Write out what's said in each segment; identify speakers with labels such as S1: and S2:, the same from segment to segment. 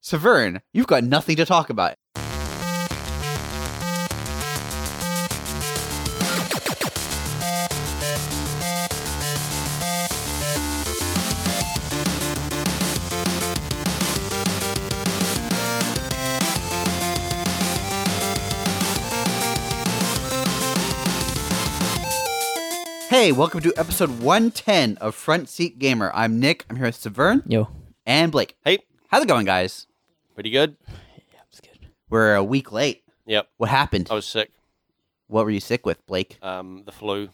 S1: Severn, you've got nothing to talk about. Hey, welcome to episode 110 of Front Seat Gamer. I'm Nick. I'm here with Severn
S2: Yo,
S1: and Blake.
S3: Hey,
S1: How's it going, guys?
S3: pretty good.
S2: yeah, it's good.
S1: We're a week late.
S3: Yep,
S1: What happened?
S3: I was sick.
S1: What were you sick with, Blake?
S3: Um, the flu.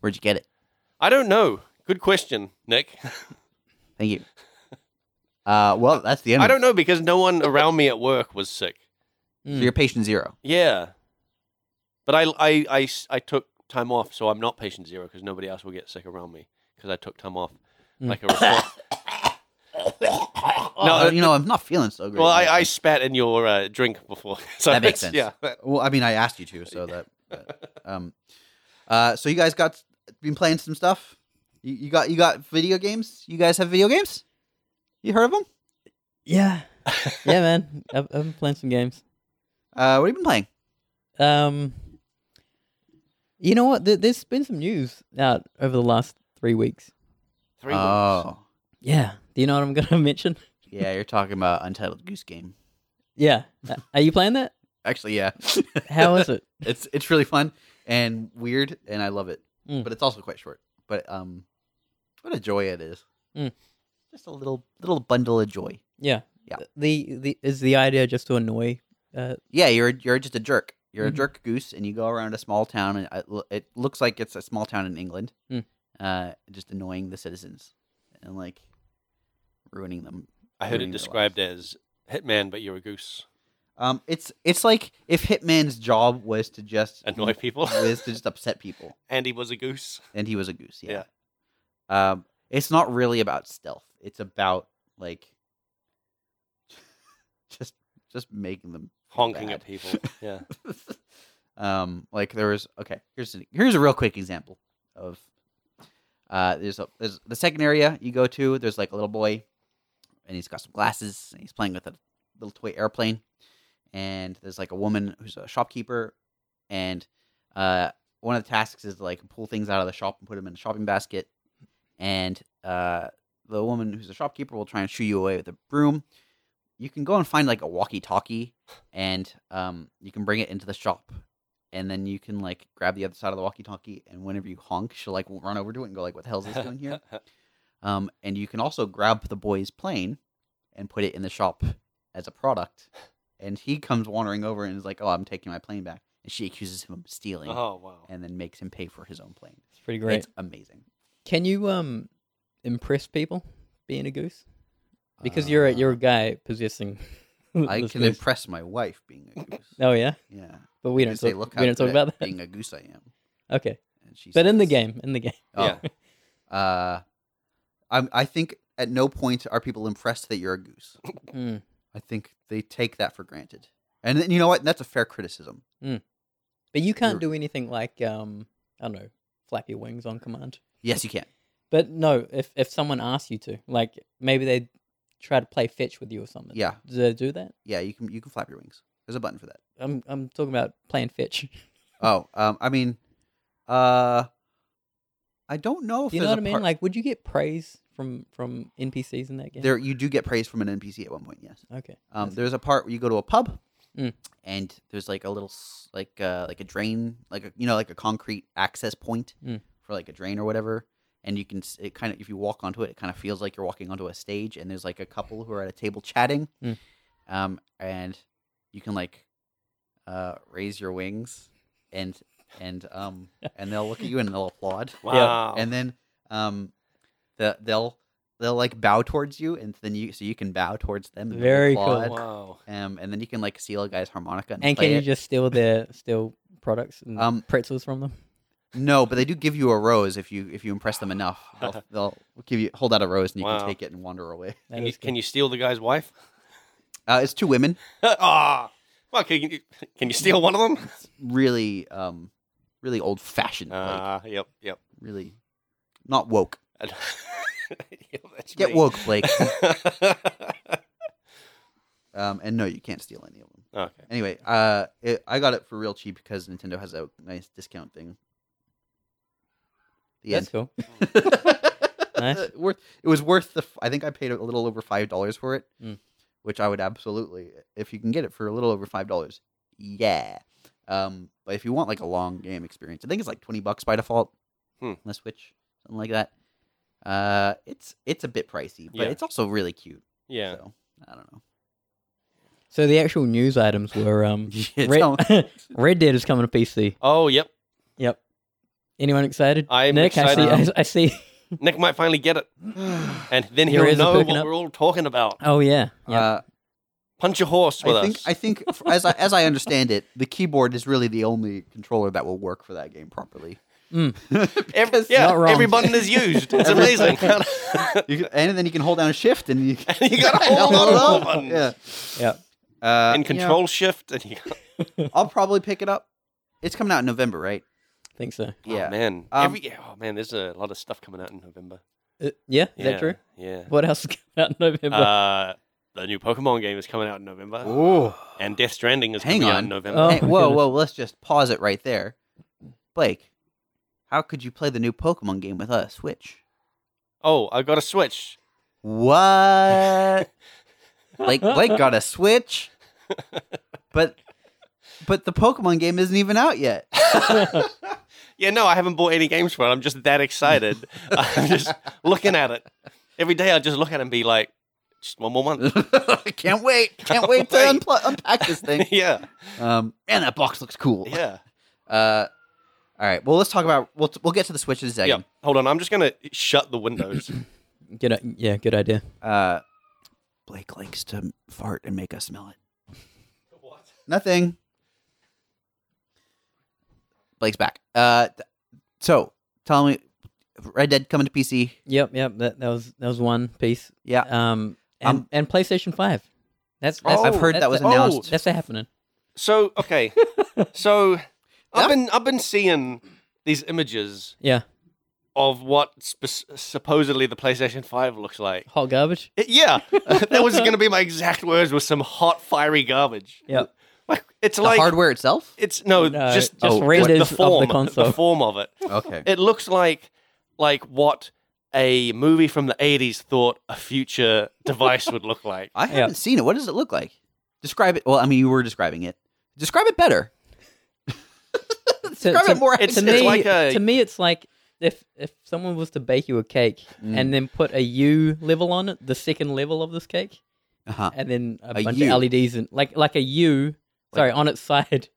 S1: Where'd you get it?
S3: I don't know. Good question, Nick.
S1: Thank you. Uh, well, that's the end.
S3: I
S1: of it.
S3: don't know because no one around me at work was sick.
S1: So you're patient zero.
S3: Yeah, but I I I, s- I took time off, so I'm not patient zero because nobody else will get sick around me because I took time off
S2: Mm.
S3: like a response.
S1: No,
S3: uh,
S1: Oh, you know, I'm not feeling so great.
S3: well, I, I spat in your uh, drink before. So
S1: That makes
S3: it's-
S1: sense.
S3: Yeah.
S1: Well, I mean, I asked you to, so that. that, um, uh, so you guys got been playing some stuff. You, you got you got video games. You guys have video games. You heard of them?
S2: Yeah, yeah, man. I've, I've been playing some games.
S1: Uh, what have you been playing?
S2: Um, you know what? There, there's been some news out over the last three weeks.
S3: Three weeks.
S1: oh,
S2: Yeah. Do you know what I'm gonna mention?
S1: yeah, you're talking about Untitled Goose Game.
S2: Yeah. Uh, Are you playing that?
S1: Actually, yeah,
S2: How is it?
S1: it's it's really fun and weird, and I love it.
S2: Mm.
S1: But it's also quite short. But um, what a joy it is!
S2: Mm.
S1: Just a little little bundle of joy.
S2: Yeah.
S1: Yeah.
S2: The the is the idea just to annoy? Uh,
S1: Yeah, you're you're just a jerk. You're
S2: Mhm.
S1: a jerk goose, and you go around a small town, and it lo- it looks like it's a small town in England,
S2: Mm.
S1: uh, just annoying the citizens and like ruining them.
S3: I heard
S1: ruining
S3: it
S1: their
S3: described as Hitman, but you're a goose.
S1: Um, it's it's like if Hitman's job was to just
S3: Annoy people.
S1: was to just upset people,
S3: Andy was a goose.
S1: and he was a goose. Yeah. Um, it's not really about stealth. It's about like just just making them feel
S3: Honking
S1: bad.
S3: at people. Yeah.
S1: um, like there was okay. Here's an, here's a real quick example of uh, there's a, there's the second area you go to. There's like a little boy, and he's got some glasses, and he's playing with a little toy airplane. And there's like a woman who's a shopkeeper, and uh, one of the tasks is to like pull things out of the shop and put them in a shopping basket. And uh, the woman who's a shopkeeper will try and shoo you away with a broom. You can go and find like a walkie-talkie and um, you can bring it into the shop, and then you can like grab the other side of the walkie-talkie, and whenever you honk, she'll like run over to it and go like, "What the hell is this doing here?" Um, and you can also grab the boy's plane and put it in the shop as a product, and he comes wandering over and is like, "Oh, I'm taking my plane back," and she accuses him of stealing,
S3: oh wow.
S1: and then makes him pay for his own plane.
S2: it's pretty great.
S1: It's amazing
S2: Can you um impress people being a goose? Because you're a, you're a
S1: Uh,
S2: guy possessing.
S1: I
S2: this
S1: can
S2: goose.
S1: impress my wife being a goose.
S2: Oh yeah,
S1: Yeah,
S2: but
S1: I
S2: we
S1: can
S2: don't
S1: say,
S2: talk,
S1: "Look how
S2: we don't talk
S1: good at
S2: about that.
S1: being a goose I am."
S2: Okay,
S1: And she
S2: but in the
S1: says-
S2: game, in the game.
S1: Oh,
S3: Yeah.
S1: Uh, I I think at no point are people impressed that you're a goose.
S2: Mm.
S1: I think they take that for granted. And then- you know what? That's a fair criticism.
S2: But you can't
S1: You're-
S2: do anything like um I don't know, flap your wings on command.
S1: Yes, you can.
S2: But no, if if someone asks you to, like maybe they try to play fetch with you or something.
S1: Yeah.
S2: Do they do that?
S1: Yeah, you can. You can flap your wings. There's a button for that.
S2: I'm I'm talking about playing fetch.
S1: Oh, um, I mean, uh, I don't know if
S2: Do you know
S1: there's a
S2: what I mean?
S1: part-
S2: Like, would you get praise from from NPCs in that game?
S1: there you do get praise from an NPC at one point. Yes.
S2: Okay.
S1: Um,
S2: that's-
S1: there's a part where you go to a pub,
S2: Mm.
S1: and there's like a little s- like uh, like a drain, like a, you know, like a concrete access point
S2: Mm.
S1: for like a drain or whatever. And you can s- it kind of if you walk onto it, it kind of feels like you're walking onto a stage. And there's like a couple who are at a table chatting,
S2: Mm.
S1: um, and you can like uh, raise your wings, and and um and they'll look at you and they'll applaud
S3: Wow.
S1: and then um the they'll they'll like bow towards you and then you so you can bow towards them and they'll
S2: Very cool.
S1: applaud.
S3: wow.
S1: um and then you can like steal a guy's harmonica and,
S2: and
S1: play
S2: can you
S1: it.
S2: just steal their steal products and
S1: Um,
S2: pretzels from them?
S1: no but they do give you a rose if you if you impress them enough they'll, they'll give you hold out a rose and you can
S3: Wow.
S1: take it and wander away
S2: That
S3: Can you,
S2: is
S3: can
S2: good.
S3: you steal the guy's wife?
S1: uh it's two women
S3: Ah, well, can you can you steal one of them?
S1: it's really um really old fashioned like,
S3: Ah, yep, yep.
S1: really not woke
S3: And- Yep, that's
S1: get
S3: me.
S1: woke blake Um, and no, you can't steal any of them.
S3: Okay.
S1: Anyway, uh, it, I got it for real cheap because Nintendo has a nice discount thing. The
S2: That's
S1: end.
S2: cool. Nice.
S1: worth it was worth the. f- I think I paid a little over five dollars for it,
S2: Mm.
S1: which I would absolutely if you can get it for a little over five dollars. Yeah. Um, but if you want like a long game experience, I think it's like twenty bucks by default
S3: Hmm.
S1: on the Switch, something like that. Uh, it's it's a bit pricey, but
S3: Yeah.
S1: it's also really cute.
S3: Yeah.
S1: So I don't know.
S2: So the actual news items were um,
S1: It's
S2: Red,
S1: almost-
S2: Red Dead is coming to PC.
S3: Oh, yep.
S2: Yep. Anyone excited?
S3: I'm
S2: Nick, I
S3: excited.
S2: see. I, I see.
S3: Nick might finally get it, and then
S2: Your
S3: he'll
S2: ears are
S3: know
S2: perking
S3: what
S2: up.
S3: we're all talking about.
S2: Oh yeah. Yeah.
S1: uh,
S3: Punch a horse with
S1: I think
S3: us.
S1: I think f- as I, as I understand it, the keyboard is really the only controller that will work for that game properly.
S2: Mm.
S3: Ev-
S1: Because-
S3: yeah,
S2: Not wrong.
S3: every button is used. It's
S1: Every-
S3: amazing.
S1: You can- and then you can hold down shift and you
S3: and you got to hold on to all buttons.
S1: Yeah.
S2: Yeah.
S1: Uh,
S3: And
S1: you know,
S3: control shift. And you
S1: I'll probably pick it up. It's coming out in November, right?
S2: think so.
S1: Yeah.
S3: Oh, man.
S1: Um,
S3: every, oh, man, there's a lot of stuff coming out in November.
S2: Uh, yeah. Is
S3: yeah.
S2: that true?
S3: Yeah.
S2: What else is coming out in November?
S3: Uh, the new Pokemon game is coming out in November.
S1: Ooh.
S3: And Death Stranding is
S1: Hang
S3: coming out
S1: on.
S3: in November.
S2: Oh.
S1: Hey,
S2: my
S1: whoa,
S2: goodness.
S1: whoa! Let's just pause it right there. Blake, how could you play the new Pokemon game without a Switch?
S3: Oh, I got a Switch.
S1: What? Blake, Blake got a Switch, but but the Pokemon game isn't even out yet.
S3: Yeah, no, I haven't bought any games for it. I'm just that excited. I'm just looking at it. Every day I just look at it and be like, just one more month.
S1: can't wait! Can't wait to
S3: Wait.
S1: unpl- unpack this thing.
S3: yeah.
S1: Um, and that box looks cool.
S3: Yeah.
S1: Uh, all right. Well, let's talk about. We'll we'll get to the Switch in a
S3: Yeah.
S1: second.
S3: Hold on. I'm just going to shut the windows.
S2: good. i- Yeah. Good idea.
S1: Uh, Blake likes to fart and make us smell it. Nothing. Blake's back. Uh, th- so tell me, Red Dead coming to PC?
S2: Yep. Yep. That, that was that was one piece.
S1: Yeah.
S2: Um.
S1: Uh,
S2: And,
S1: Um, Oh,
S2: and PlayStation Five. That's. that's
S1: I've heard that was
S2: that's-
S1: announced.
S2: That's happening.
S3: So, okay. So
S1: Yeah.
S3: I've been I've been seeing these images
S2: Yeah.
S3: of what sp- supposedly the PlayStation 5 looks like.
S2: Hot garbage.
S3: It- yeah. that was going to be my exact words with some hot fiery garbage.
S2: Yep.
S3: Like it's
S1: The
S3: like
S1: hardware itself?
S3: It's no,
S2: No,
S3: just
S2: just
S3: just
S2: renders
S3: the
S2: of the
S3: form,
S2: console.
S3: form of it.
S1: Okay.
S3: It looks like like what a movie from the '80s thought a future device would look like.
S1: I haven't seen it. What does it look like? Describe it. Well, I mean, you were describing it. Describe it better.
S2: To,
S1: Describe
S2: to-
S1: it more.
S3: it's-
S2: to
S1: accurately.
S2: me,
S3: like a-
S2: to me, it's like if if someone was to bake you a cake
S1: Mm.
S2: and then put a U level on it, the second level of this cake,
S1: uh-huh.
S2: and then a,
S1: A
S2: bunch
S1: U.
S2: of LEDs and like like a U, sorry, on its side.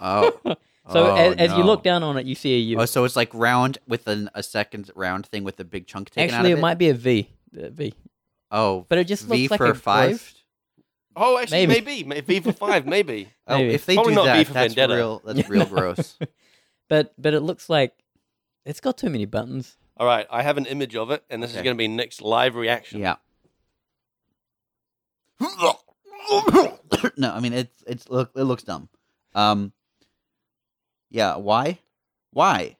S1: Oh.
S2: so
S1: Oh,
S2: as, as you
S1: no.
S2: look down on it, you see a U.
S1: Oh, so it's like round with an, a second round thing with a big chunk taken
S2: Actually,
S1: out
S2: it,
S1: of it.
S2: might be a V, a V,
S1: oh,
S2: but it just
S1: V
S2: looks like
S1: for
S2: a
S1: five.
S2: groove.
S3: Oh, actually,
S2: Maybe.
S3: maybe, maybe for five, maybe.
S1: Oh,
S2: Maybe.
S1: if they
S3: Probably
S1: do
S3: not V
S1: that,
S3: for
S1: that's
S3: Vendetta.
S1: real. That's real gross.
S2: But but it looks like it's got too many buttons.
S3: All right, I have an image of it, and this
S1: Okay.
S3: is going to be Nick's live reaction.
S1: Yeah. no, I mean it's it's look it looks dumb. Um. Yeah. Why? Why?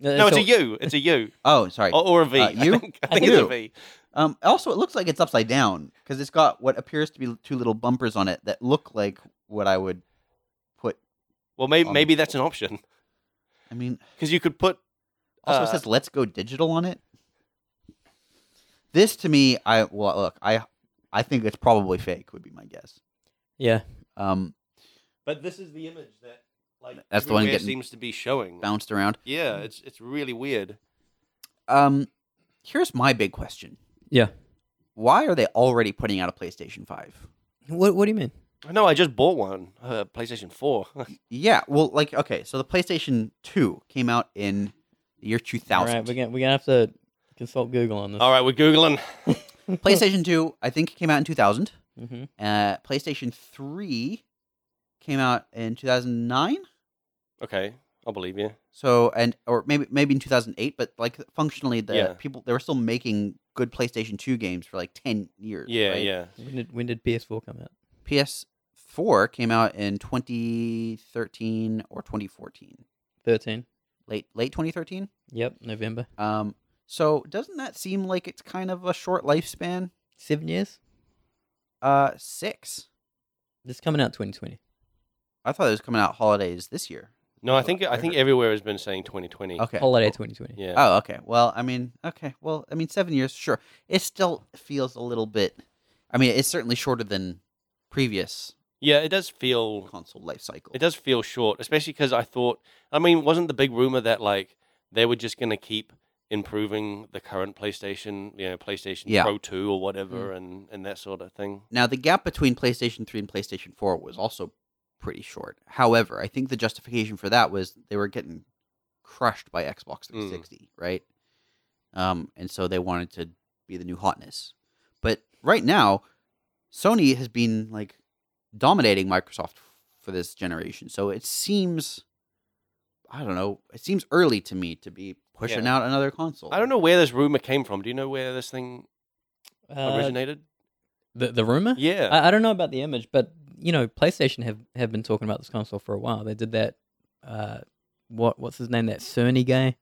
S3: No, it's
S2: So-
S3: a U. It's a U
S1: Oh, sorry.
S3: or, or a V.
S1: Uh,
S3: I
S1: you?
S3: think, I think it's a
S1: You.
S3: V.
S1: Um. Also, it looks like it's upside down because it's got what appears to be two little bumpers on it that look like what I would put.
S3: Well, maybe
S1: Um,
S3: maybe that's an option
S1: I mean,
S3: because you could put.
S1: Also,
S3: Uh,
S1: Oh, it says "Let's go digital" on it. This to me, I well, look, I, I think it's probably fake. Would be my guess.
S2: Yeah,
S1: Um,
S3: But this is the image that like
S1: That's the one
S3: everywhere
S1: getting
S3: seems to be showing.
S1: bounced around.
S3: Yeah, it's it's really weird.
S1: Um, here's my big question:
S2: yeah.
S1: Why are they already putting out a PlayStation Five?
S2: What what do you mean?
S3: No, I just bought one, uh, PlayStation Four.
S1: Yeah, well, like, okay, so the PlayStation Two came out in the year two
S2: All
S1: thousand.
S2: right, we're gonna we're gonna have to consult Google on this.
S3: All right, we're googling.
S1: PlayStation Two, I think, came out in two thousand.
S2: Mm-hmm.
S1: Uh, PlayStation Three came out in two thousand nine.
S3: Okay, I'll believe you.
S1: So and or maybe maybe in 2008, but like functionally the
S3: Yeah.
S1: people they were still making good PlayStation 2 games for like 10 years.
S3: Yeah,
S1: right?
S3: yeah.
S2: When did when did PS4 come out?
S1: PS4 came out in 2013 or 2014,
S2: Thirteen.
S1: late late 2013.
S2: Yep, November.
S1: Um, so doesn't that seem like it's kind of a short lifespan?
S2: Seven years.
S1: uh six.
S2: This coming out 2020.
S1: I thought it was coming out holidays this year.
S3: No, I think I think everywhere has been saying 2020.
S1: Okay.
S2: Holiday 2020.
S3: Yeah.
S1: Oh, okay. Well, I mean, okay. Well, I mean, seven years, sure. It still feels a little bit. I mean, it's certainly shorter than previous
S3: yeah, it does feel
S1: console life cycle.
S3: it does feel short, especially because I thought. I mean, wasn't the big rumor that like they were just going to keep improving the current PlayStation, you know, PlayStation
S1: Yeah.
S3: Pro Two or whatever,
S2: Mm.
S3: and and that sort of thing.
S1: Now, the gap between PlayStation 3 and PlayStation 4 was also pretty short. However, I think the justification for that was they were getting crushed by Xbox
S3: Mm.
S1: 360, right? Um, and so they wanted to be the new hotness. But right now, Sony has been like dominating Microsoft for this generation. So it seems, I don't know, it seems early to me to be pushing
S3: Yeah.
S1: out another console.
S3: I don't know where this rumor came from. Do you know where this thing
S2: Uh,
S3: originated?
S2: the, the rumor?
S3: yeah.
S2: I, I don't know about the image, but you know, PlayStation have, have been talking about this console for a while. They did that. Uh, what what's his name? That Cerny guy,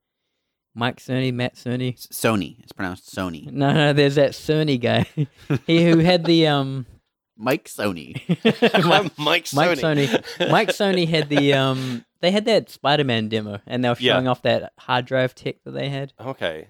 S2: Mike Cerny, Matt Cerny.
S1: S- Sony. It's pronounced Sony.
S2: No, no, there's that Cerny guy. he who had the um,
S1: Mike Sony.
S2: Mike,
S3: Mike Sony.
S2: Mike Mike Sony had the um, they had that Spider-Man demo, and they were
S3: Yeah.
S2: showing off that hard drive tech that they had.
S3: Okay.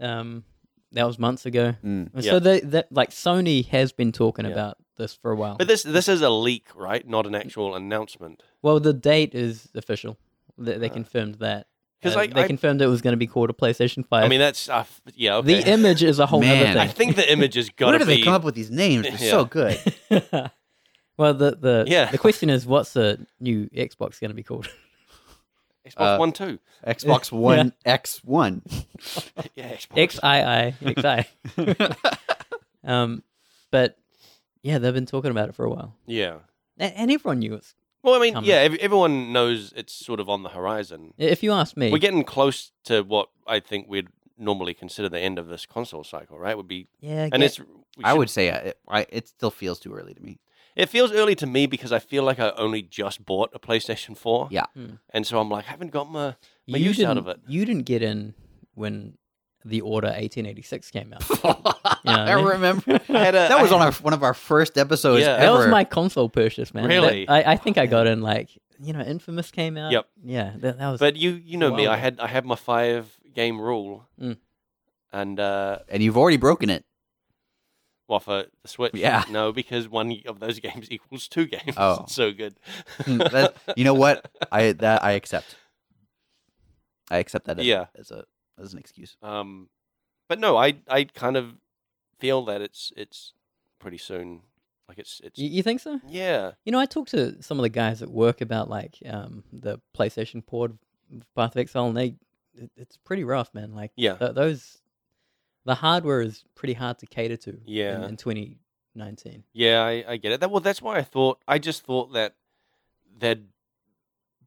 S2: Um, that was months ago.
S1: Mm.
S2: And
S3: Yeah.
S2: So they, that like Sony has been talking
S3: Yeah.
S2: about this for a while.
S3: But this this is a leak, right? Not an actual announcement.
S2: well, the date is official. They, they
S3: Uh,
S2: confirmed that.
S3: 'cause
S2: Uh,
S3: I-
S2: they
S3: I-
S2: confirmed it was going to be called a PlayStation Five.
S3: I mean, that's uh, f- yeah. Okay.
S2: the image is a whole
S1: Man.
S3: I
S2: other
S3: think the image has got
S1: Where
S3: to
S1: do
S3: be.
S1: they come up with these names? They're so
S3: Yeah.
S1: good.
S2: thing. well, the the
S3: Yeah.
S2: the question is, what's the new Xbox going to be called?
S3: Xbox
S1: Uh,
S3: One too.
S1: Xbox One X One.
S3: Yeah, Xbox.
S2: XII XI. um, but yeah, they've been talking about it for a while,
S3: yeah.
S2: A- and everyone knew it.
S3: Well, I mean,
S2: Coming.
S3: yeah. ev- everyone knows it's sort of on the horizon.
S2: If you ask me,
S3: We're getting close to what I think we'd normally consider the end of this console cycle, right? Would be,
S2: yeah,
S3: and
S2: get-
S3: it's. we
S1: I
S3: should-
S1: would say uh, it, I, it still feels too early to me.
S3: It feels early to me because I feel like I only just bought a PlayStation Four.
S1: Yeah.
S2: Hmm.
S3: And so I'm like, I haven't got my. my use
S2: didn't,
S3: out of it.
S2: You didn't get in when the order 1886 came out.
S1: I
S2: mean-
S1: remember
S3: I had a,
S1: that
S3: I
S1: was
S3: had-
S1: on our one of our first episodes.
S3: Yeah.
S1: ever.
S2: That was my console purchase, man. That-
S3: Really?
S2: I, I think I got in like you know, Infamous came out.
S3: Yep.
S2: Yeah, that, that was.
S3: But you, you know me.
S2: Wow.
S3: I had, I had my five game rule,
S1: Hmm.
S2: Mm.
S3: and uh,
S1: and you've already broken it.
S3: well, for the Switch,
S1: Yeah.
S3: no, because one of those games equals two games.
S1: Oh. Hmm,
S3: It's so good.
S1: That- you know what? I that I accept. I accept that. As,
S3: Yeah.
S1: as a as an excuse.
S3: Um, but no, I I kind of feel that it's it's pretty soon. Like it's it's
S2: you, you think so?
S3: yeah
S2: You know, I talked to some of the guys at work about like um, the PlayStation port of Path of Exile, and they it, it's pretty rough, man. Like
S3: yeah
S2: th- those, the hardware is pretty hard to cater to. in-
S3: Yeah.
S2: in 2019.
S3: yeah I, I get it. That well that's why I thought I just thought that they'd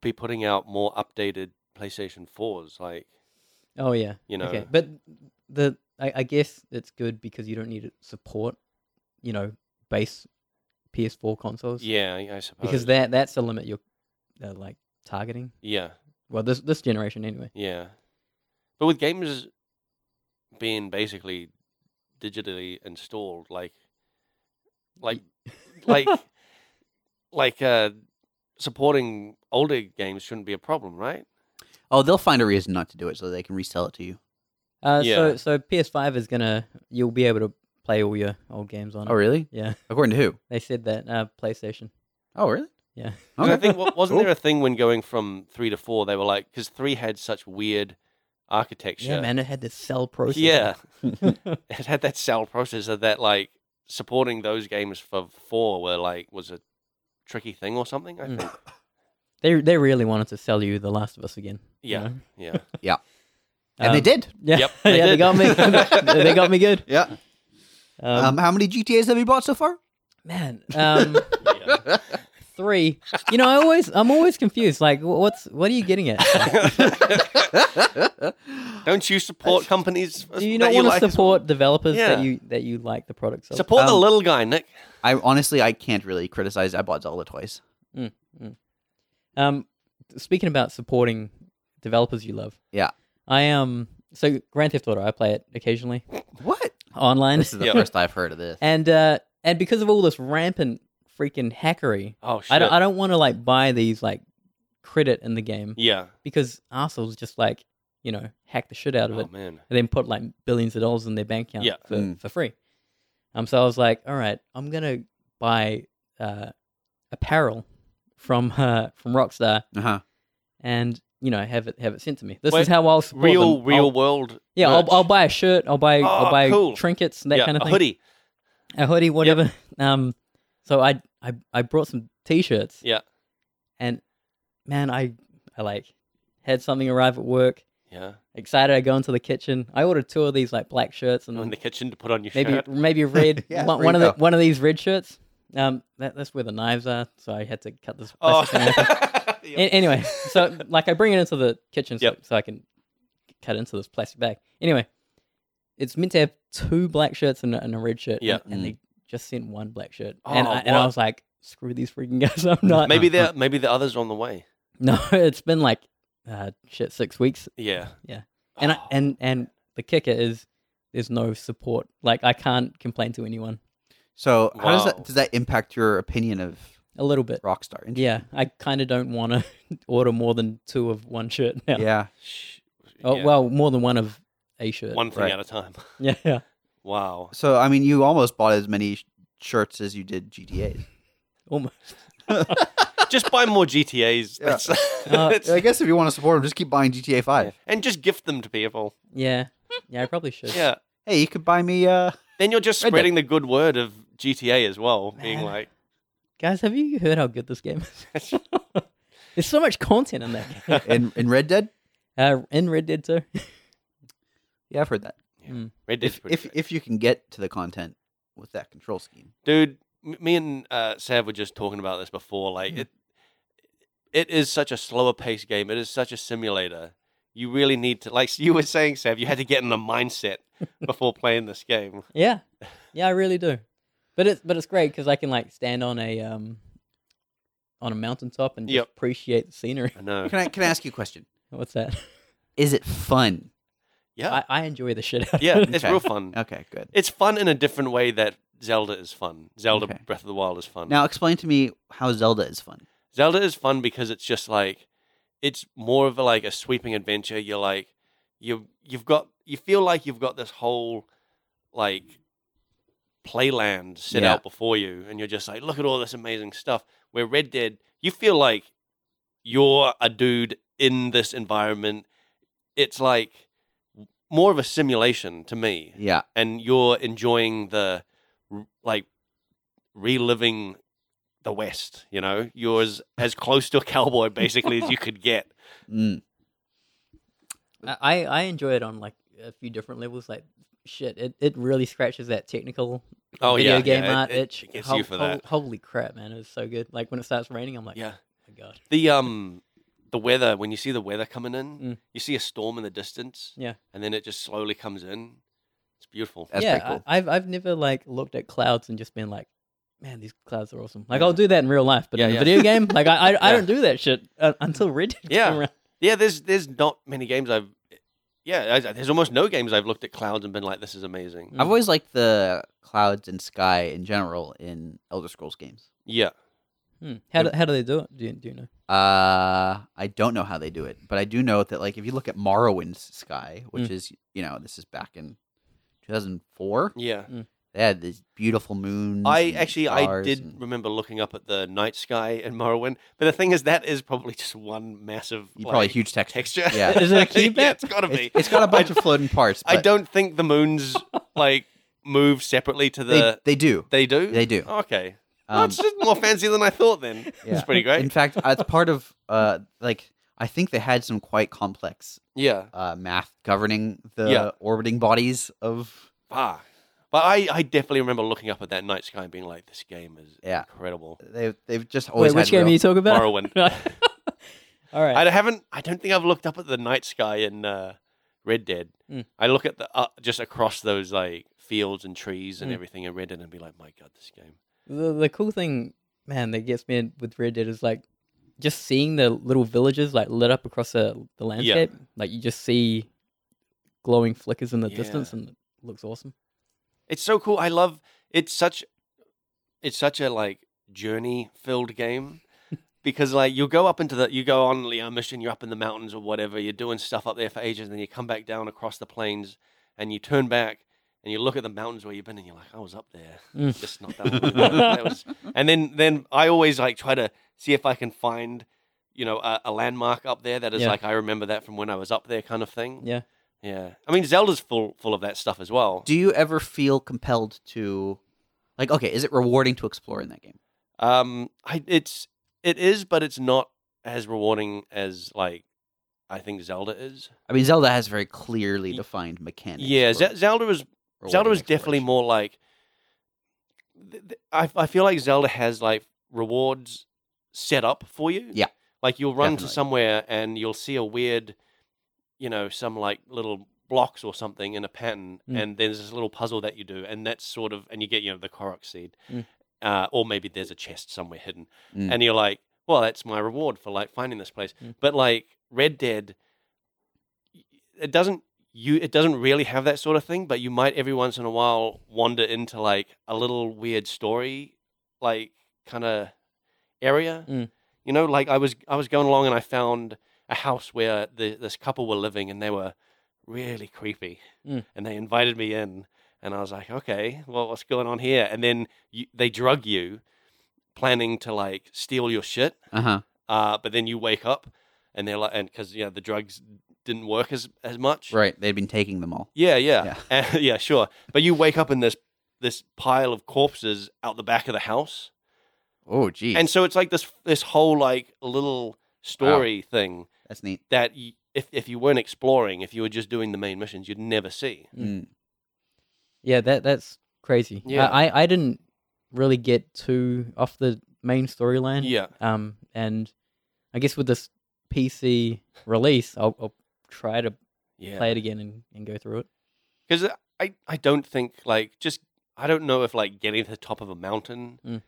S3: be putting out more updated PlayStation fours. Like
S2: Oh yeah,
S3: You know.
S2: Okay, but the I, I guess it's good because you don't need to support, you know, base PS4 consoles.
S3: yeah, I I suppose
S2: because that that's the limit you're uh, like targeting.
S3: yeah
S2: Well, this this generation anyway.
S3: yeah. But with games being basically digitally installed, like like like like uh supporting older games shouldn't be a problem, right?
S1: Oh, they'll find a reason not to do it so they can resell it to you.
S2: Uh,
S3: Yeah.
S2: So so PS5 is gonna you'll be able to play all your old games on.
S1: Oh,
S2: it.
S1: really?
S2: Yeah,
S1: According to who?
S2: they said that uh, PlayStation.
S1: Oh, really?
S2: Yeah.
S3: 'Cause I
S1: Okay.
S3: think wa- wasn't
S1: Cool.
S3: there a thing when going from three to four, they were like because three had such weird architecture.
S2: Yeah, man, it had this cell process.
S3: Yeah, it had that cell processor that like supporting those games for four were like was a tricky thing or something. I
S2: Mm.
S3: think.
S2: they they really wanted to sell you The Last of Us again. you
S3: Yeah,
S2: know?
S3: yeah.
S1: and they
S2: Um,
S1: did.
S2: Yeah,
S3: Yep,
S2: yeah,
S3: they
S2: they
S3: did.
S2: got me. they got me good.
S1: Yeah.
S2: Um,
S1: Um, how many GTA's have you bought so far?
S2: man, um,
S3: yeah.
S2: three. You know, I always I'm always confused. Like, wh- what's what are you getting at?
S3: Don't you support companies?
S2: Do you
S3: that
S2: not want to
S3: like as
S2: support developers
S3: Yeah.
S2: that you that you like the products
S3: well?
S2: of?
S3: Support the
S1: Um,
S3: little guy, Nick.
S1: I honestly I can't really criticize. I bought Zelda twice.
S2: Um, speaking about supporting developers you love.
S1: Yeah.
S2: I um so Grand Theft Auto I play it occasionally
S1: What?
S2: online.
S1: This is the
S3: Yeah.
S1: first I've heard of this.
S2: and uh and because of all this rampant freaking hackery,
S3: Oh shit.
S2: I don't, I don't want to like buy these like credit in the game
S3: yeah.
S2: because assholes just like you know hack the shit out of
S3: Oh
S2: it
S3: man.
S2: and then put like billions of dollars in their bank account
S3: Yeah.
S2: for,
S1: Mm.
S2: for free. Um, so I was like, all right, I'm gonna buy uh, apparel from uh, from Rockstar
S1: Uh huh.
S2: and you know have it have it sent to me. This
S3: Wait,
S2: is how I'll support
S3: Real
S2: them.
S3: real
S2: I'll-
S3: world.
S2: yeah, I'll,
S3: merch.
S2: I'll buy a shirt. I'll buy
S3: Oh,
S2: I'll buy
S3: cool.
S2: trinkets and that
S3: Yeah,
S2: kind of thing.
S3: A hoodie.
S2: a hoodie, whatever. Um, so I I I brought some t-shirts.
S3: Yeah.
S2: And man, I I like had something arrive at work.
S3: Yeah.
S2: Excited, I go into the kitchen. I ordered two of these like black shirts and
S3: In Oh, the kitchen to put on your
S2: Mm. maybe
S3: shirt.
S2: maybe red
S1: Yeah,
S2: one,
S1: there
S2: one
S1: you
S2: of the,
S1: go.
S2: one of these red shirts. Um, that, that's where the knives are. So I had to cut this.
S3: Oh.
S2: plastic thing open.
S3: Yeah.
S2: An- anyway, so like I bring it into the kitchen so,
S3: Yep.
S2: so I can cut into this plastic bag. Anyway, it's meant to have two black shirts and a, and a red shirt.
S3: Yeah.
S2: And, and they just sent one black shirt. and,
S3: Mm. Oh,
S2: I, and I
S3: what?
S2: was like, screw these freaking guys. I'm not.
S3: maybe the maybe the others on the way.
S2: No, it's been like, uh, shit, six weeks.
S3: Yeah.
S2: Yeah. And, I,
S3: Oh,
S2: and, and the kicker is there's no support. Like, I can't complain to anyone.
S1: So how does
S3: Wow.
S1: that does that impact your opinion of
S2: A little bit.
S1: Rockstar? Interesting.
S2: Yeah. I kind of don't want to order more than two of one shirt now.
S1: Yeah.
S3: sh-
S2: Oh,
S3: yeah.
S2: well, more than one of a shirt.
S3: one thing
S1: Right.
S3: at a time.
S2: Yeah.
S3: Wow.
S1: So I mean, you almost bought as many sh- shirts as you did GTA's.
S2: Almost.
S3: just buy more GTAs.
S1: Yeah.
S3: That's,
S2: Uh,
S3: that's-
S1: I guess if you want to support them, just keep buying GTA Five.
S3: and just gift them to people.
S2: Yeah. Yeah, I probably should.
S3: Yeah.
S1: Hey, you could buy me. Uh,
S3: Then you're just
S1: Red Dead.
S3: spreading the good word of GTA as well, being
S2: Man.
S3: like,
S2: Guys, have you heard how good this game is? There's so much content in that game.
S1: in in Red Dead.
S2: Uh, in Red Dead 2.
S1: Yeah, I've heard that.
S3: Red Dead's
S1: If
S3: pretty
S1: if,
S3: good.
S1: if you can get to the content with that control scheme.
S3: Dude, m- me and uh, Sav were just talking about this before. Like,
S2: Mm.
S3: it, it is such a slower paced game. It is such a simulator. You really need to, like you were saying, Sav, you had to get in the mindset before playing this game.
S2: Yeah. Yeah, I really do. But it's but it's great because I can like stand on a um on a mountaintop and just
S3: Yep.
S2: appreciate the scenery.
S3: I know.
S1: Can I can I ask you a question?
S2: What's that?
S1: Is it fun?
S3: Yeah.
S2: I, I enjoy the shit out of
S3: yeah.
S2: it.
S3: It's
S1: Okay. Uh
S3: real fun.
S1: Okay, good.
S3: It's fun in a different way that Zelda is fun. Zelda
S1: Okay.
S3: Breath of the Wild is fun.
S1: Now explain to me how Zelda is fun.
S3: Zelda is fun because it's just like it's more of a, like a sweeping adventure. You're like you you've got you feel like you've got this whole like playland set
S1: Yeah.
S3: out before you, and you're just like, look at all this amazing stuff. Where Red Dead, you feel like you're a dude in this environment. It's like more of a simulation to me
S1: Yeah.
S3: and you're enjoying the r- like reliving the West. You know, you're as, as close to a cowboy basically as you could get.
S1: Mm.
S2: I, I enjoy it on like a few different levels. Like shit, it, it really scratches that technical
S3: Oh
S2: video
S3: yeah,
S2: game
S3: yeah,
S2: art
S3: it,
S2: itch.
S3: It, it gets
S2: Hol-
S3: you for
S2: hol-
S3: that.
S2: Holy crap, man! It's so good. Like when it starts raining, I'm like,
S3: Yeah,
S2: oh my god.
S3: the um, the weather when you see the weather coming in,
S2: Mm.
S3: you see a storm in the distance.
S2: Yeah.
S3: and then it just slowly comes in. It's beautiful.
S1: That's
S2: yeah,
S1: pretty cool.
S2: I, I've I've never like looked at clouds and just been like, man, these clouds are awesome. Like I'll do that in real life, but
S3: Yeah,
S2: in a
S3: yeah.
S2: video game, like I I, I
S3: Yeah.
S2: don't do that shit uh, until Red Dead
S3: Yeah.
S2: came around.
S3: Yeah, there's there's not many games I've. Yeah, I- there's almost no games I've looked at clouds and been like, "This is amazing."
S2: Mm.
S1: I've always liked the clouds and sky in general in Elder Scrolls games.
S3: Yeah,
S2: Hmm. How do, how do they do it? Do you, do you know?
S1: Uh, I don't know how they do it, but I do know that like if you look at Morrowind's sky, which
S2: Mm.
S3: Hmm.
S1: is you know this is back in 2004,
S3: yeah.
S1: they had these beautiful moons.
S3: I
S1: and
S3: actually I
S1: stars
S3: did
S1: and-
S3: remember looking up at the night sky in Morrowind, but the thing is that is probably just one massive
S1: you probably
S3: like,
S1: huge texture.
S3: texture.
S1: Yeah.
S2: Is it a cube
S3: yeah,
S2: map?
S3: it's gotta be.
S1: It's- it's got a bunch of floating parts.
S3: I
S1: but
S3: don't think the moons like move separately to
S1: They,
S3: the.
S1: they do.
S3: They, do.
S1: They do.
S3: Oh, okay, Oh,
S1: Um,
S3: it's just more fancy than I thought. Then
S1: Yeah.
S3: it's pretty
S1: In
S3: great.
S1: fact, it's part of uh like I think they had some quite complex
S3: Yeah.
S1: uh math governing the
S3: Yeah.
S1: orbiting bodies of
S3: Ah. But I, I definitely remember looking up at that night sky and being like, "This game is
S1: Yeah.
S3: incredible."
S1: they they've just always
S2: Wait, which
S1: had
S2: game
S1: real-
S2: are you talking about?
S3: Morrowind.
S2: All right.
S3: I haven't. I don't think I've looked up at the night sky in uh, Red Dead.
S2: Mm.
S3: I look at the uh, just across those like fields and trees and
S2: Mm.
S3: everything in Red Dead and be like, my god, this game.
S2: The, the cool thing, man, that gets me with Red Dead is like just seeing the little villages like lit up across the, the landscape. Like you just see glowing flickers in the distance, and it looks awesome.
S3: It's so cool. I love. It's such it's such a like journey filled game because like you go up into the you go on your mission you're up in the mountains or whatever you're doing stuff up there for ages and then you come back down across the plains and you turn back and you look at the mountains where you've been and you're like I was up there
S2: Mm.
S3: just not that long ago. That was- and then then I always like try to see if I can find you know a, a landmark up there that is
S2: Yeah.
S3: like I remember that from when I was up there kind of thing
S2: Yeah.
S3: yeah I mean Zelda's full full of that stuff as well
S1: Do you ever feel compelled to, like, okay, is it rewarding to explore in that game?
S3: Um, I it's it is, but it's not as rewarding as like I think Zelda is.
S1: I mean, Zelda has very clearly
S3: Y-
S1: defined mechanics.
S3: yeah,
S1: for
S3: Ze- Zelda was Zelda
S1: rewarding
S3: was definitely
S1: exploration.
S3: more like. th- th- I I feel like Zelda has like rewards set up for you.
S1: Yeah,
S3: like you'll run to
S1: definitely.
S3: somewhere and you'll see a weird, you know, some like little blocks or something in a pattern,
S2: Mm.
S3: and there's this little puzzle that you do, and that's sort of, and you get you know the Korok seed,
S2: Mm.
S3: uh, or maybe there's a chest somewhere hidden,
S1: Mm.
S3: and you're like, well, that's my reward for like finding this place.
S2: Mm.
S3: But like Red Dead, y- it doesn't you it doesn't really have that sort of thing, but you might every once in a while wander into like a little weird story, like kind of area.
S2: Mm.
S3: You know, like I was I was going along and I found a house where the, this couple were living and they were really creepy,
S2: Mm.
S3: and they invited me in, and I was like, okay, well, what's going on here? And then you, they drug you, planning to like steal your shit,
S1: Uh huh.
S3: uh, but then you wake up and they're like, and because you know the drugs didn't work as as much,
S1: Right. They've been taking them all.
S3: yeah, yeah, yeah. yeah, sure. But you wake up in this this pile of corpses out the back of the house,
S1: Oh, geez.
S3: and so it's like this this whole like little story thing
S1: That's neat.
S3: that y if if you weren't exploring, if you were just doing the main missions, you'd never see.
S1: Mm.
S2: Yeah, that that's crazy.
S3: Yeah.
S2: I, I, I didn't really get too off the main storyline.
S3: Yeah,
S2: Um, and I guess with this PC release, I'll, I'll try to
S3: yeah.
S2: play it again and, and go through it.
S3: Because I I don't think like just I don't know if like getting to the top of a mountain,
S2: Mm.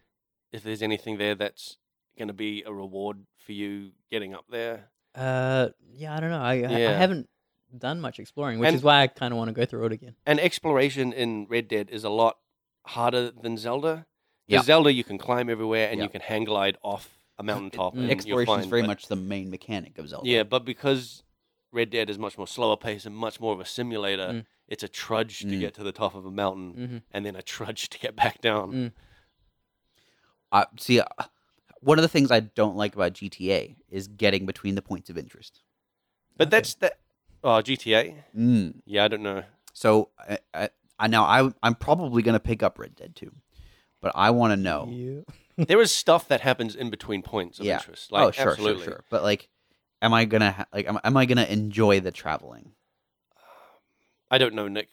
S3: if there's anything there that's going to be a reward for you getting up there.
S2: Uh, yeah, I don't know. I I- I
S3: Yeah.
S2: haven't done much exploring, which
S3: And-
S2: is why I kind of want to go through it again.
S3: and exploration in Red Dead is a lot harder than Zelda.
S1: Yeah.
S3: Yeah. Zelda, you can climb everywhere and
S1: Yeah.
S3: you can hang glide off a mountaintop.
S2: Mm.
S3: and you're
S1: Exploration is
S3: fine,
S1: very
S3: but-
S1: much the main mechanic of Zelda.
S3: Yeah, but because Red Dead is much more slower pace and much more of a simulator,
S2: Mm.
S3: it's a trudge to
S1: Mm.
S3: get to the top of a mountain
S2: Mhm.
S3: and then a trudge to get back down.
S2: Mm.
S1: I see. Uh, one of the things I don't like about GTA is getting between the points of interest.
S3: But
S2: Okay.
S3: that's that. Oh, GTA?
S1: Mm.
S3: Yeah, I don't know.
S1: So I, I, I now I I'm probably gonna pick up Red Dead 2, but I want to know.
S2: Yeah.
S3: there is stuff that happens in between points of
S1: Yeah.
S3: interest. Like,
S1: oh sure,
S3: absolutely.
S1: sure, sure. But like, am I gonna ha- like am, am I gonna enjoy the traveling?
S3: I don't know, Nick.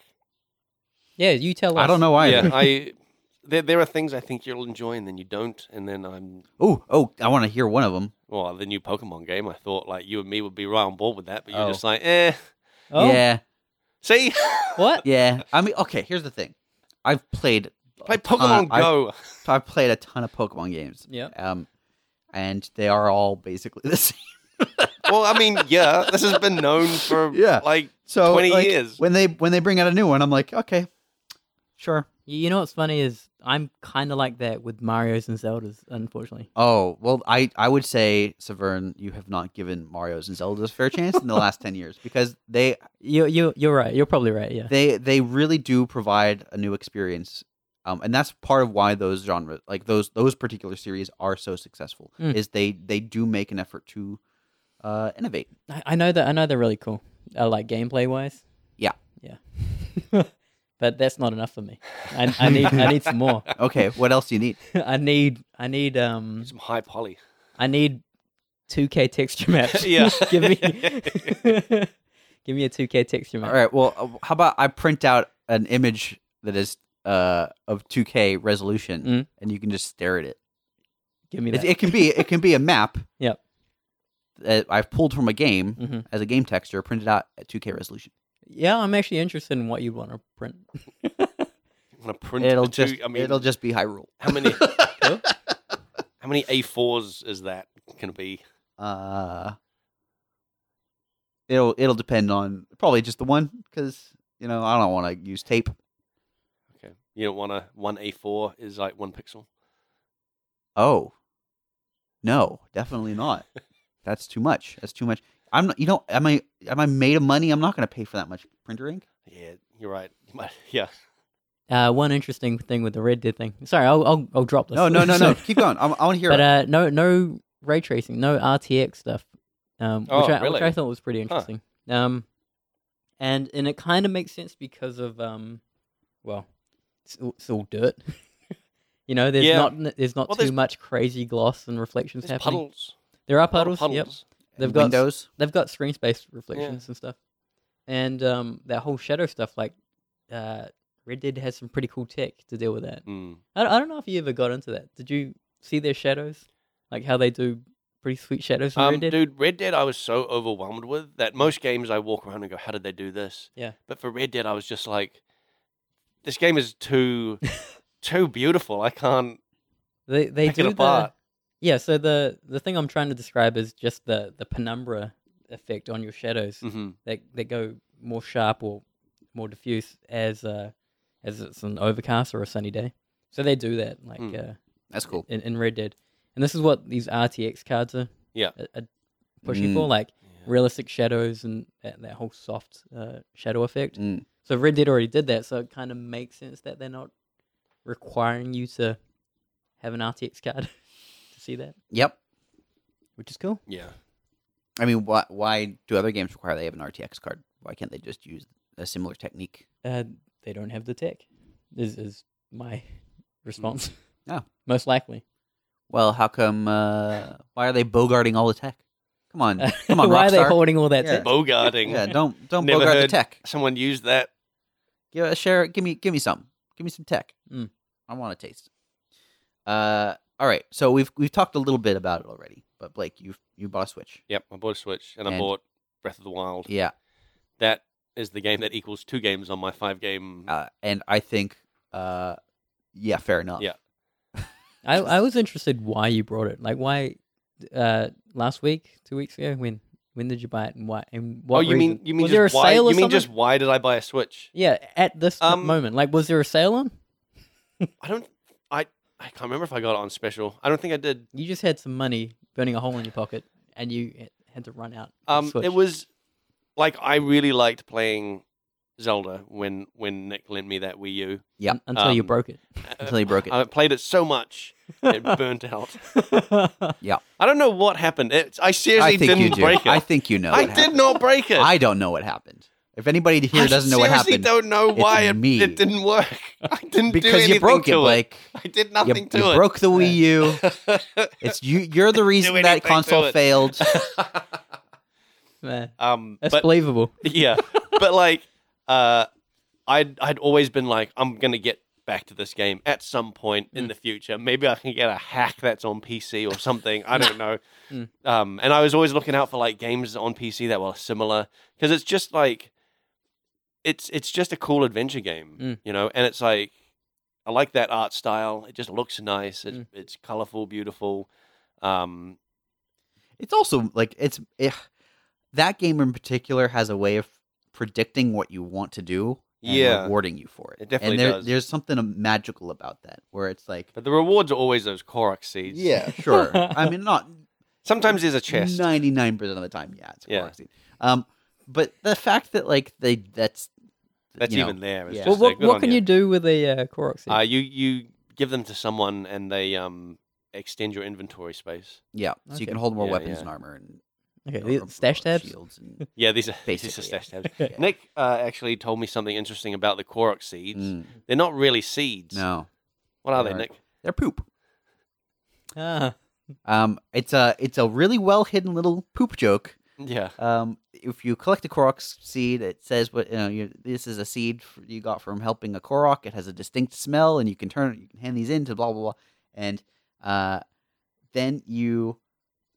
S2: Yeah, you tell us.
S1: I don't know why.
S3: Yeah, I. There, there are things I think you'll enjoy and then you don't, and then I'm
S1: Oh oh, I want to hear one of them.
S3: well, the new Pokemon game. I thought like you and me would be right on board with that, but you're
S1: Oh.
S3: just like, eh.
S2: Oh,
S1: Yeah,
S3: See,
S2: What?
S1: yeah. I mean, okay. Here's the thing. I've played
S3: play
S1: a ton-
S3: Pokemon
S1: I've-
S3: Go.
S1: I've played a ton of Pokemon games.
S2: Yeah.
S1: Um, and they are all basically the same.
S3: well, I mean, yeah, this has been known for
S1: Yeah.
S3: like
S1: So
S3: 20
S1: like,
S3: years.
S1: when they when they bring out a new one, I'm like, okay, sure.
S2: You you know what's funny is I'm kind of like that with Mario's and Zeldas, unfortunately.
S1: Oh well, I I would say Severn, you have not given Mario's and Zelda's a fair chance in the last ten years because they
S2: You you you're right. You're probably right. Yeah.
S1: they they really do provide a new experience, um, and that's part of why those genres like those those particular series are so successful
S2: Mm.
S1: is they they do make an effort to uh, innovate.
S2: I, I know that I know they're really cool. Uh, like gameplay wise.
S1: Yeah.
S2: Yeah. but that's not enough for me. I, I need I need some more.
S1: Okay, what else do you need?
S2: I need I need um
S3: Some high poly.
S2: I need 2K texture maps.
S3: Yeah.
S2: give me give me a 2K texture map.
S1: All right, well, uh, how about I print out an image that is uh, of 2K resolution,
S2: Mm.
S1: and you can just stare at it.
S2: Give me
S1: It,
S2: that.
S1: it can be it can be a map.
S2: Yep.
S1: That I've pulled from a game
S2: hmm
S1: as a game texture, printed out at 2K resolution.
S2: Yeah, I'm actually interested in what you'd want to print.
S3: I'm gonna print
S1: it'll
S3: the two-
S1: just
S3: I mean,
S1: it'll just be Hyrule.
S3: how many how many A4s is that gonna be?
S1: Uh, it'll it'll depend on probably just the one because you know I don't want to use tape.
S3: Okay, you don't want to one A4 is like one pixel.
S1: oh, no, definitely not. That's too much. That's too much. I'm not. You know, am I? Am I made of money? I'm not going to pay for that much printer ink.
S3: Yeah, you're right. You might, yeah.
S2: Uh, one interesting thing with the Red Dead thing. Sorry, I'll I'll, I'll drop this.
S1: No, no, no, no.
S2: So-
S1: Keep going. I'm, I want to hear.
S2: but
S1: it.
S2: uh, no, no ray tracing, no RTX stuff, um,
S3: Oh,
S2: which, I,
S3: really?
S2: which I thought was pretty
S3: Huh.
S2: interesting. Um, and and it kind of makes sense because of um, well, it's, all- it's all dirt. you know, there's
S3: Yeah.
S2: not there's not
S3: Well,
S2: too
S3: there's-
S2: much crazy gloss and reflections
S3: There's
S2: happening.
S3: puddles.
S2: There are
S3: A lot of
S2: puddles. Yep,
S3: puddles.
S2: they've
S1: And
S2: got-
S1: windows.
S2: they've got screen space reflections and stuff, and um, that whole shadow stuff. Like, uh, Red Dead has some pretty cool tech to deal with that.
S3: Mm.
S2: I, I don't know if you ever got into that. Did you see their shadows? Like how they do pretty sweet shadows in
S3: Um,
S2: Red Dead?
S3: dude, Red Dead, I was so overwhelmed with that. Most games, I walk around and go, "How did they do this?"
S2: Yeah.
S3: But for Red Dead, I was just like, "This game is too, too beautiful. I can't."
S2: They they
S3: pick it
S2: do the
S3: apart.
S2: Yeah, so the the thing I'm trying to describe is just the the penumbra effect on your shadows
S3: Mhm.
S2: that that go more sharp or more diffuse as uh as it's an overcast or a sunny day. So they do that like
S3: Mm.
S2: uh
S1: That's cool.
S2: in, in Red Dead. And this is what these RTX cards are
S3: Yeah.
S2: are, are pushing
S1: Mm.
S2: for like
S3: Yeah.
S2: realistic shadows and that, that whole soft uh, shadow effect.
S1: Mm.
S2: So Red Dead already did that, so it kind of makes sense that they're not requiring you to have an RTX card to see that,
S1: Yep.
S2: which is cool.
S3: Yeah.
S1: I mean, why? Why do other games require they have an RTX card? Why can't they just use a similar technique?
S2: Uh, they don't have the tech. Is is my response?
S3: Mm.
S1: Oh.
S2: most likely.
S1: Well, how come? Uh, why are they bogarting all the tech? Come on, come on,
S2: why are they
S1: Rockstar.
S2: holding all that
S1: Yeah.
S2: tech?
S3: Bogarting.
S1: yeah, don't don't
S3: Never
S1: bogart the
S3: heard.
S1: tech.
S3: Someone used that.
S1: Give a share. Give me give me some. Give me some tech.
S2: Mm.
S1: I want a taste. Uh, all right. So we've we've talked a little bit about it already, but Blake, you you bought a Switch.
S3: Yep. I bought a Switch and, I
S1: And-
S3: bought Breath of the Wild.
S1: Yeah.
S3: That is the game that equals two games on my five game.
S1: Uh, and I think, uh, yeah, fair enough.
S3: Yeah.
S2: I I was interested why you brought it. Like why? Uh, last week, two weeks ago, when when did you buy it and why? And what
S3: oh, you mean
S2: reason?
S3: you mean
S2: was there a
S3: just why?
S2: sale or
S3: You mean
S2: something?
S3: just why did I buy a Switch?
S2: Yeah, at this mo-
S3: Um,
S2: moment, like, was there a sale on?
S3: I don't. I I can't remember if I got it on special. I don't think I did.
S2: You just had some money burning a hole in your pocket, and you h- had to run out. and
S3: Um,
S2: switch.
S3: it was like I really liked playing Zelda when when Nick lent me that Wii U.
S1: Yeah.
S2: un- until you
S3: um,
S2: broke it.
S1: Until he broke it.
S3: I played it so much it burnt out.
S1: Yeah.
S3: I don't know what happened. It, I seriously
S1: I think you
S3: didn't
S1: do.
S3: break it.
S1: I think you know.
S3: I
S1: what
S3: did
S1: happened.
S3: not break it.
S1: I don't know what happened. If anybody here
S3: I
S1: doesn't know what
S3: seriously
S1: happened,
S3: don't know why it,
S1: me.
S3: it didn't work. I didn't do
S1: because
S3: anything
S1: you broke it,
S3: to it.
S1: Blake.
S3: I did
S1: You,
S3: nothing
S1: you
S3: to
S1: broke the Wii U.
S3: it.
S1: It's you. You're the reason
S3: anything
S1: that
S3: to
S1: console
S3: it.
S1: failed.
S2: Man,
S3: um,
S2: that's
S3: but
S2: believable.
S3: yeah but like uh i'd i'd always been like i'm gonna get back to this game at some point in
S2: Mm.
S3: the future maybe i can get a hack that's on pc or something i don't know
S2: Mm.
S3: um and i was always looking out for like games on pc that were similar because it's just like it's it's just a cool adventure game
S2: Mm.
S3: you know and it's like i like that art style it just looks nice
S2: Mm.
S3: it's, it's colorful beautiful um
S1: It's also like it's eh, that game in particular has a way of predicting what you want to do and
S3: Yeah.
S1: rewarding you for it.
S3: It definitely
S1: and there,
S3: does.
S1: there's something uh, magical about that where it's like
S3: but the rewards are always those korok seeds
S1: sure. I mean not
S3: sometimes there's a chest
S1: 99% of the time, yeah, it's a
S3: Yeah.
S1: proxy. Um but the fact that like they that's
S3: that's
S1: you know,
S3: even there. It's
S1: yeah.
S3: just
S2: Well,
S3: like,
S2: what
S3: good
S2: what
S3: on
S2: can you. do with a uh, Korok seed?
S3: Uh, you you give them to someone and they um extend your inventory space.
S1: yeah, so you
S2: Okay.
S1: can hold more
S3: Yeah,
S1: weapons
S3: yeah.
S1: and armor and
S2: okay,
S1: or-
S2: the stash
S1: or
S2: tabs.
S1: shields and
S3: Yeah, these are
S1: basically
S3: these are stash tabs.
S1: yeah. Yeah.
S3: Nick uh, actually told me something interesting about the Korok seeds.
S1: Mm,
S3: They're not really seeds.
S1: no.
S3: What are
S1: they
S3: they,
S1: aren't.
S3: Nick?
S1: They're poop.
S2: Ah,
S1: Um it's a it's a really well hidden little poop joke
S3: Yeah.
S1: Um, if you collect a Korok s- seed, it says what you know. You, this is a seed f- you got from helping a Korok. It has a distinct smell, and you can turn. You can hand these in to blah blah blah, and uh, then you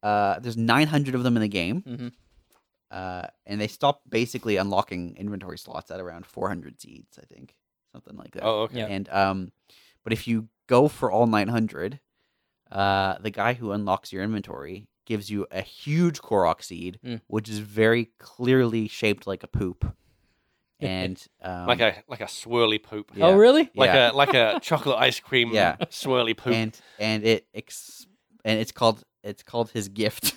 S1: uh, there's 900 of them in the game,
S2: mhm.
S1: uh, and they stop basically unlocking inventory slots at around 400 seeds, I think, something like that.
S3: Oh, okay.
S2: Yeah.
S1: And um, but if you go for all 900, uh, the guy who unlocks your inventory gives you a huge Korok seed,
S2: Mm.
S1: which is very clearly shaped like a poop. and um,
S3: like a like a swirly poop,
S1: Yeah.
S2: Oh, really?
S3: like
S1: yeah,
S3: a like a chocolate ice cream
S1: Yeah.
S3: swirly poop.
S1: and and it ex- and it's called it's called his gift.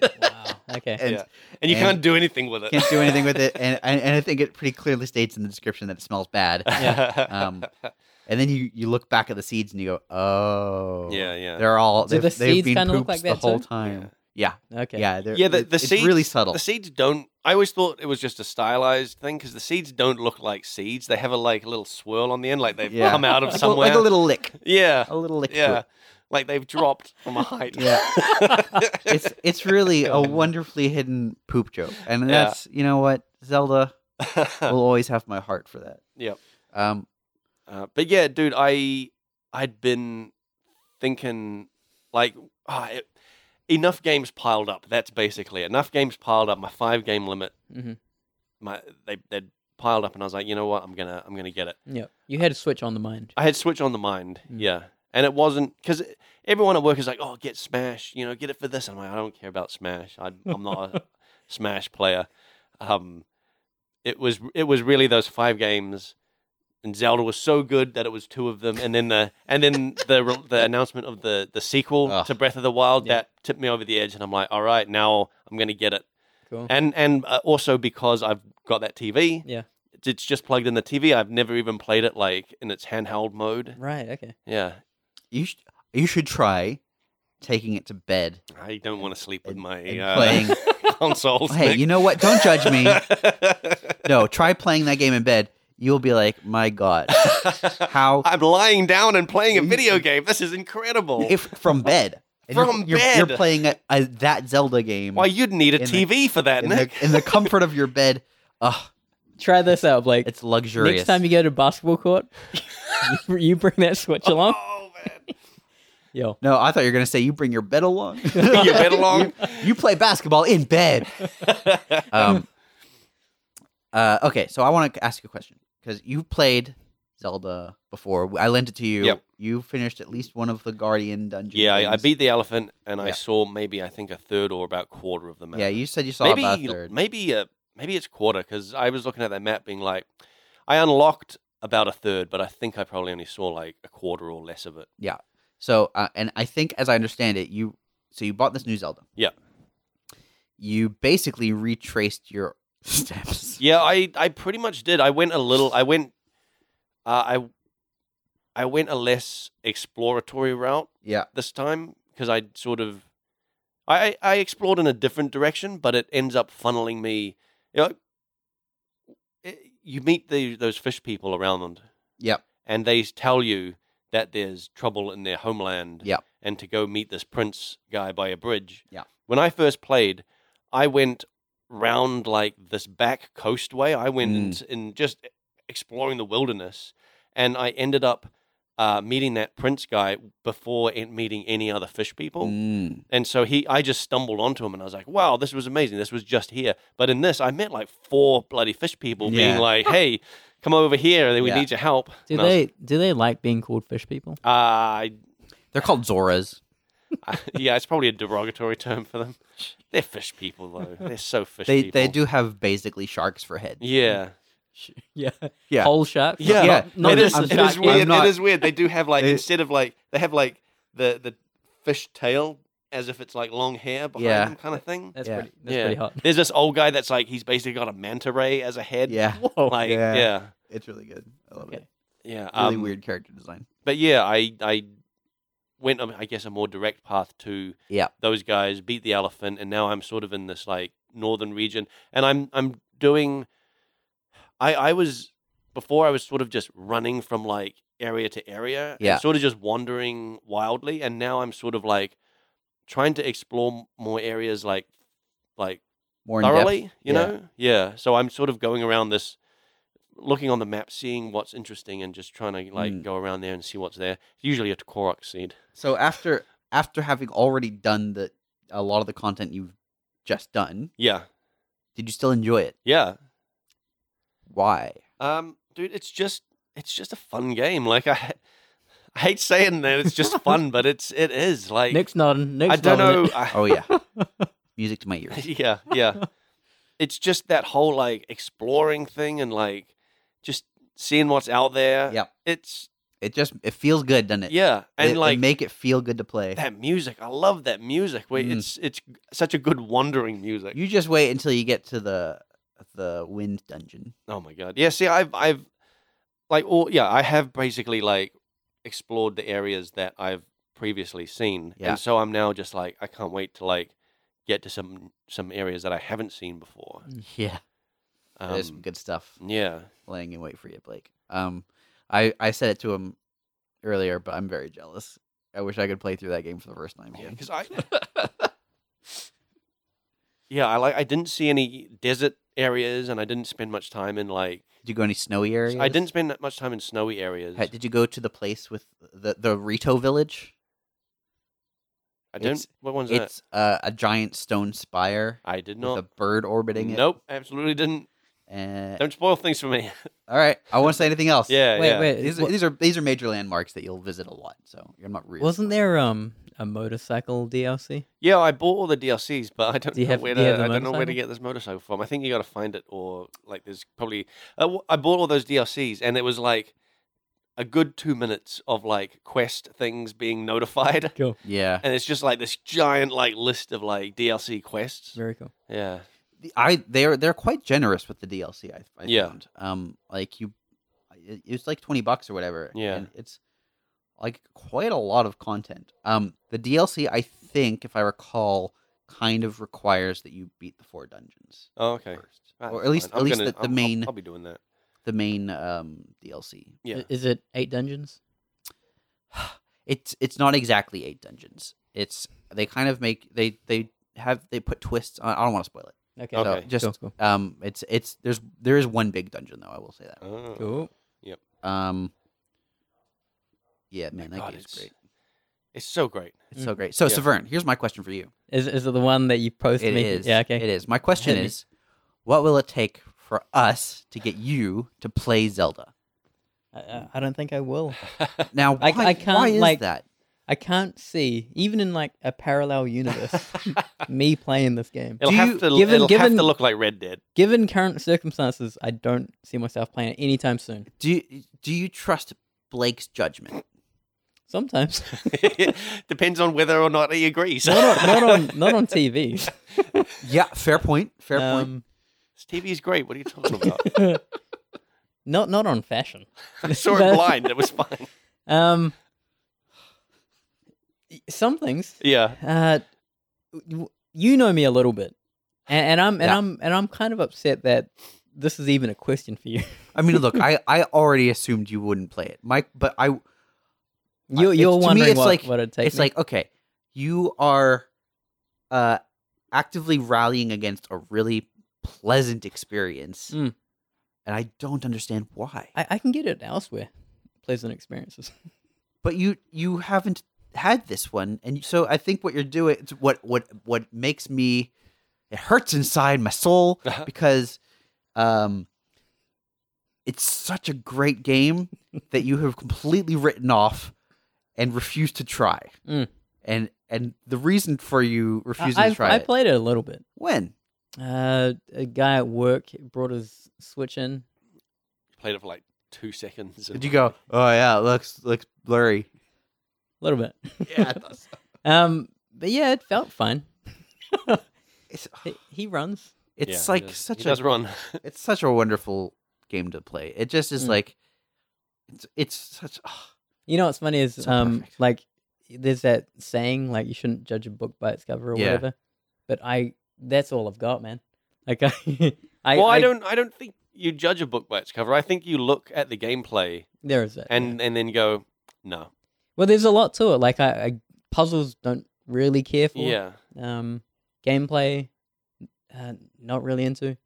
S2: Wow. Okay.
S1: and
S3: Yeah. and you
S1: and-
S3: can't do anything with it.
S1: can't do anything with it, and, and and I think it pretty clearly states in the description that it smells bad.
S3: yeah.
S1: Um, And then you you look back at the seeds and you go, oh,
S3: yeah, yeah.
S1: they're all
S2: Do
S1: they've,
S2: the
S1: they've
S2: seeds
S1: been
S2: kinda look
S1: poops
S2: like
S1: the
S2: that
S1: whole
S2: too?
S1: time. Yeah,
S2: Okay.
S1: yeah, they're,
S3: Yeah, the-
S1: it-
S3: the
S1: it's
S3: seeds-
S1: really subtle.
S3: The seeds don't. I always thought it was just a stylized thing because the seeds don't look like seeds. They have a like little swirl on the end, like they've
S1: Yeah.
S3: come out of
S1: Like a-
S3: somewhere.
S1: like a little lick,
S3: yeah,
S1: a little lick. to
S3: yeah,
S1: it.
S3: like they've dropped from a height.
S1: Yeah. it's it's really a
S2: God.
S1: wonderfully hidden poop joke, and
S3: Yeah.
S1: that's you know what Zelda will always have my heart for that.
S3: Yep.
S1: Um.
S3: Uh, but yeah, dude, I I'd been thinking like ah, it, enough games piled up. That's basically it. enough games piled up. My five game limit,
S2: Mhm.
S3: my they they piled up, and I was like, you know what, I'm gonna I'm gonna get it.
S2: Yeah. You had a switch on the mind.
S3: I had Switch on the mind,
S2: Mm.
S3: yeah, and it wasn't because everyone at work is like, oh, get Smash, you know, get it for this. I'm like, I don't care about Smash. I, I'm not a Smash player. Um, it was it was really those five games, and Zelda was so good that it was two of them, and then the and then the re- the announcement of the the sequel
S1: Ugh.
S3: to Breath of the Wild
S2: Yeah.
S3: that tipped me over the edge, and I'm like, all right, now I'm gonna get it,
S2: Cool.
S3: and and uh, also because I've got that TV,
S2: Yeah.
S3: It's just plugged in the TV. I've never even played it like in its handheld mode.
S2: Right. Okay.
S3: Yeah,
S1: You sh- you should try taking it to bed.
S3: I don't want to sleep with
S1: And-
S3: my
S1: and
S3: uh,
S1: playing-
S3: consoles.
S1: hey,
S3: Nick.
S1: you know what? Don't judge me. no, try playing that game in bed. You'll be like, my God, how
S3: I'm lying down and playing a
S1: You-
S3: video game. This is incredible.
S1: if from bed. you're-
S3: From
S1: you're,
S3: bed.
S1: you're playing a, a, that Zelda game
S3: Why you'd need a
S1: in the-
S3: TV for that,
S1: in,
S3: Nick?
S1: the, in the comfort of your bed. Ugh,
S2: Try this out, Blake.
S1: it's luxurious.
S2: Next time you go to basketball court, you- you bring that switch along.
S3: Oh man,
S2: Yo.
S1: no, I thought you were gonna say you bring your bed along.
S3: your bed along.
S1: you play basketball in bed. Um, uh, okay, so I want to ask you a question because you played Zelda before. I lent it to you.
S3: Yep.
S1: You finished at least one of the Guardian dungeons.
S3: yeah, I, I beat the elephant, and I
S1: Yeah.
S3: saw maybe I think a third or about quarter of the map.
S1: Yeah, you said you saw
S3: maybe
S1: about a third.
S3: maybe uh, maybe it's quarter because I was looking at that map, being like, I unlocked about a third, but I think I probably only saw like a quarter or less of it.
S1: So, uh, and I think, as I understand it, you so you bought this new Zelda.
S3: Yeah.
S1: You basically retraced your steps.
S3: Yeah, I I pretty much did. I went a little. I went. Uh, I I went a less exploratory route
S1: Yeah.
S3: this time because I sort of I I I explored in a different direction, but it ends up funneling me. You know, it- you meet the, those fish people around,
S1: Yep.
S3: and they tell you that there's trouble in their homeland.
S1: Yep.
S3: and to go meet this prince guy by a bridge.
S1: Yeah.
S3: When I first played, I went round like this back coastway. I went in,
S1: Mm.
S3: in just exploring the wilderness, and I ended up uh, meeting that prince guy before en- meeting any other fish people.
S1: Mm.
S3: And so he, I just stumbled onto him, and I was like, "Wow, this was amazing. This was just here." But in this, I met like four bloody fish people being
S1: Yeah.
S3: like, "Hey, come over here. We
S1: Yeah.
S3: need your help."
S2: Do
S3: And I was-
S2: they do they like being called fish people?
S3: Uh, I
S1: They're called Zoras.
S3: I- yeah, it's probably a derogatory term for them. They're fish people, though. They're so fish
S1: They
S3: people.
S1: they do have basically sharks for heads.
S3: Yeah,
S2: Yeah.
S1: Yeah.
S2: Whole shark.
S3: yeah.
S1: Yeah.
S2: Not, not
S3: it is.
S2: just
S1: I'm
S3: It
S2: the
S3: is
S2: shark.
S1: I'm
S3: weird.
S1: not-
S3: It is weird. They do have like
S1: They-
S3: instead of like they have like the the fish tail as if it's like long hair behind
S1: Yeah.
S3: them, kind of thing.
S2: That's
S1: Yeah.
S2: pretty. That's
S3: Yeah.
S2: pretty hot.
S3: There's this old guy that's like he's basically got a manta ray as a head.
S1: Yeah.
S2: Whoa.
S3: like
S1: Yeah.
S3: yeah, yeah.
S1: It's really good. I love it. Really
S3: um,
S1: weird character design.
S3: But yeah, I I went um, I guess a more direct path to
S1: Yeah.
S3: those guys beat the elephant and now I'm sort of in this like northern region and I'm I'm doing I I was before I was sort of just running from like area to area
S1: Yeah.
S3: and sort of just wandering wildly and now I'm sort of like trying to explore m- more areas like like
S1: More in
S3: thoroughly,
S1: depth.
S3: you
S1: Yeah.
S3: know? Yeah. So I'm sort of going around this looking on the map, seeing what's interesting and just trying to like
S1: Mm.
S3: go around there and see what's there. Usually a Korok seed.
S1: So after after having already done the a lot of the content you've just done,
S3: Yeah.
S1: did you still enjoy it?
S3: Yeah.
S1: Why?
S3: Um, dude, it's just it's just a fun game. Like I, I hate saying that it's just fun, but it's it is like
S2: Nick's nodding. Nick's
S3: I don't
S2: nodding
S3: know.
S2: it.
S3: I,
S1: Oh yeah. Music to my ears.
S3: yeah, yeah. it's just that whole like exploring thing and like just seeing what's out there.
S1: Yep.
S3: It's
S1: It just it feels good, doesn't it?
S3: yeah,
S1: They-
S3: and
S1: they
S3: like
S1: make it feel good to play.
S3: that music. I love that music. Wait,
S1: Mm.
S3: it's it's such a good wandering music.
S1: You just wait until you get to the the wind dungeon.
S3: oh my god. Yeah, see I've I've like all yeah, I have basically like explored the areas that I've previously seen.
S1: Yeah.
S3: And so I'm now just like I can't wait to like get to some some areas that I haven't seen before.
S1: Yeah,
S3: Um,
S1: there's some Mm, good stuff
S3: yeah.
S1: laying in wait for you, Blake. Um, I I said it to him earlier, but I'm very jealous. I wish I could play through that game for the first time.
S3: Yeah,
S1: again.
S3: because I. yeah, I like. I didn't see any desert areas, and I didn't spend much time in like.
S1: Did you go any snowy areas?
S3: I didn't spend that much time in snowy areas.
S1: Ha- Did you go to the place with the the Rito village?
S3: I don't.
S1: it's-
S3: what one's that?
S1: It's uh, a giant stone spire
S3: I did
S1: with a
S3: not.
S1: bird orbiting it.
S3: Nope, absolutely didn't.
S1: And-
S3: Don't spoil things for me.
S1: all right, I won't say anything else.
S3: yeah,
S2: wait,
S3: yeah.
S2: wait.
S1: These,
S2: wa-
S1: these are these are major landmarks that you'll visit a lot, so you're not really
S2: wasn't there um a motorcycle DLC?
S3: Yeah, I bought all the DLCs, but I don't
S2: Do you
S3: know
S2: have-
S3: where
S2: do you
S3: to.
S2: have the
S3: I don't know where to
S2: motorcycle?
S3: get this motorcycle from. I think you got to find it, or like there's probably. I w- I bought all those DLCs, and it was like a good two minutes of like quest things being notified.
S1: Yeah,
S3: and it's just like this giant like list of like DLC quests.
S2: Very cool.
S3: Yeah,
S1: The- I they're they're quite generous with the DLC. I, I
S3: Yeah.
S1: found. Um, like you, it- it's like twenty bucks or whatever.
S3: Yeah.
S1: and it's like quite a lot of content. Um, the DLC, I think, if I recall, kind of requires that you beat the four dungeons
S3: Oh, okay.
S1: first,
S3: That's
S1: or at least
S3: fine.
S1: at
S3: I'm
S1: least
S3: gonna-
S1: the,
S3: I'll-
S1: the
S3: I'll-
S1: main
S3: I'll, be doing that.
S1: the main um DLC.
S3: Yeah,
S2: I- Is it eight dungeons?
S1: It's it's not exactly eight dungeons. It's they kind of make they they have they put twists on. I don't want to spoil it.
S2: Okay.
S3: Okay.
S1: So just
S2: Cool, cool.
S1: um, it's it's there's there is one big dungeon though. I will say that.
S3: Oh.
S2: Cool.
S1: Um, yeah, man, that
S3: God,
S1: game's
S3: it's-
S1: great.
S3: It's so great.
S1: It's
S2: Mm-hmm.
S1: so great. So,
S3: Yeah.
S1: Severn, here's my question for you.
S2: Is is it the one that you posted
S1: It
S2: me?
S1: is.
S2: Yeah. Okay.
S1: It is. My question
S2: Hit me.
S1: is, what will it take for us to get you to play Zelda?
S2: I- I, I don't think I will.
S1: Now, why,
S2: I- I can't,
S1: why is
S2: like-
S1: that?
S2: I can't see even in like a parallel universe me playing this game.
S3: It'll
S1: Do
S3: have
S1: you-
S3: to.
S2: given-
S3: it'll have
S2: given-
S3: to look like Red Dead.
S2: Given current circumstances, I don't see myself playing it anytime soon.
S1: Do you, do you trust Blake's judgment?
S2: Sometimes,
S3: Depends on whether or not he agrees.
S2: not on, not on, not on TV.
S1: yeah, fair point. Fair point.
S2: Um,
S3: TV is great. What are you talking about?
S2: not not on fashion.
S3: I saw it blind. It was fine.
S2: Um, some things.
S3: Yeah.
S2: Uh, w- you know me a little bit, and, and I'm and
S1: Yeah.
S2: I'm and I'm kind of upset that this is even a question for you.
S1: I mean, look, I, I already assumed you wouldn't play it, Mike. But I Uh,
S2: You,
S1: it's-
S2: you're
S1: to me,
S2: wondering
S1: it's
S2: what,
S1: like-
S2: what it takes.
S1: it's like okay you are uh actively rallying against a really pleasant experience
S2: Mm.
S1: and i don't understand why
S2: I, I can get it elsewhere. Pleasant experiences.
S1: but you you haven't had this one and so i think what you're doing it's what what what makes me it hurts inside my soul because um it's such a great game that you have completely written off and refused to try
S2: Mm.
S1: and and the reason for you refusing
S2: I,
S1: to try
S2: I, I
S1: it
S2: played it a little bit.
S1: when
S2: Uh, a guy at work brought his Switch in.
S3: Played it for like two seconds. and-
S1: did you go oh yeah it looks looks blurry
S2: A little bit.
S1: yeah it does.
S2: um, but yeah, it felt fine.
S1: it's,
S2: He, he runs.
S3: Yeah,
S1: it's
S3: he
S1: like
S3: does-
S1: such
S3: he
S1: a
S3: does run.
S1: it's such a wonderful game to play. It just is
S2: Mm.
S1: like it's it's such ah,
S2: You know what's funny is
S1: So
S2: um
S1: perfect.
S2: like there's that saying like you shouldn't judge a book by its cover or
S1: Yeah.
S2: whatever. But I that's all I've got, man. Like I, I
S3: well, I,
S2: I-
S3: don't. I don't think you judge a book by its cover. I think you look at the gameplay
S2: there is that. Uh, yeah.
S3: and and then go, no.
S2: well, there's a lot to it. Like I, I puzzles don't really care for.
S3: Yeah. Oh,
S2: Um, gameplay, uh, not really into.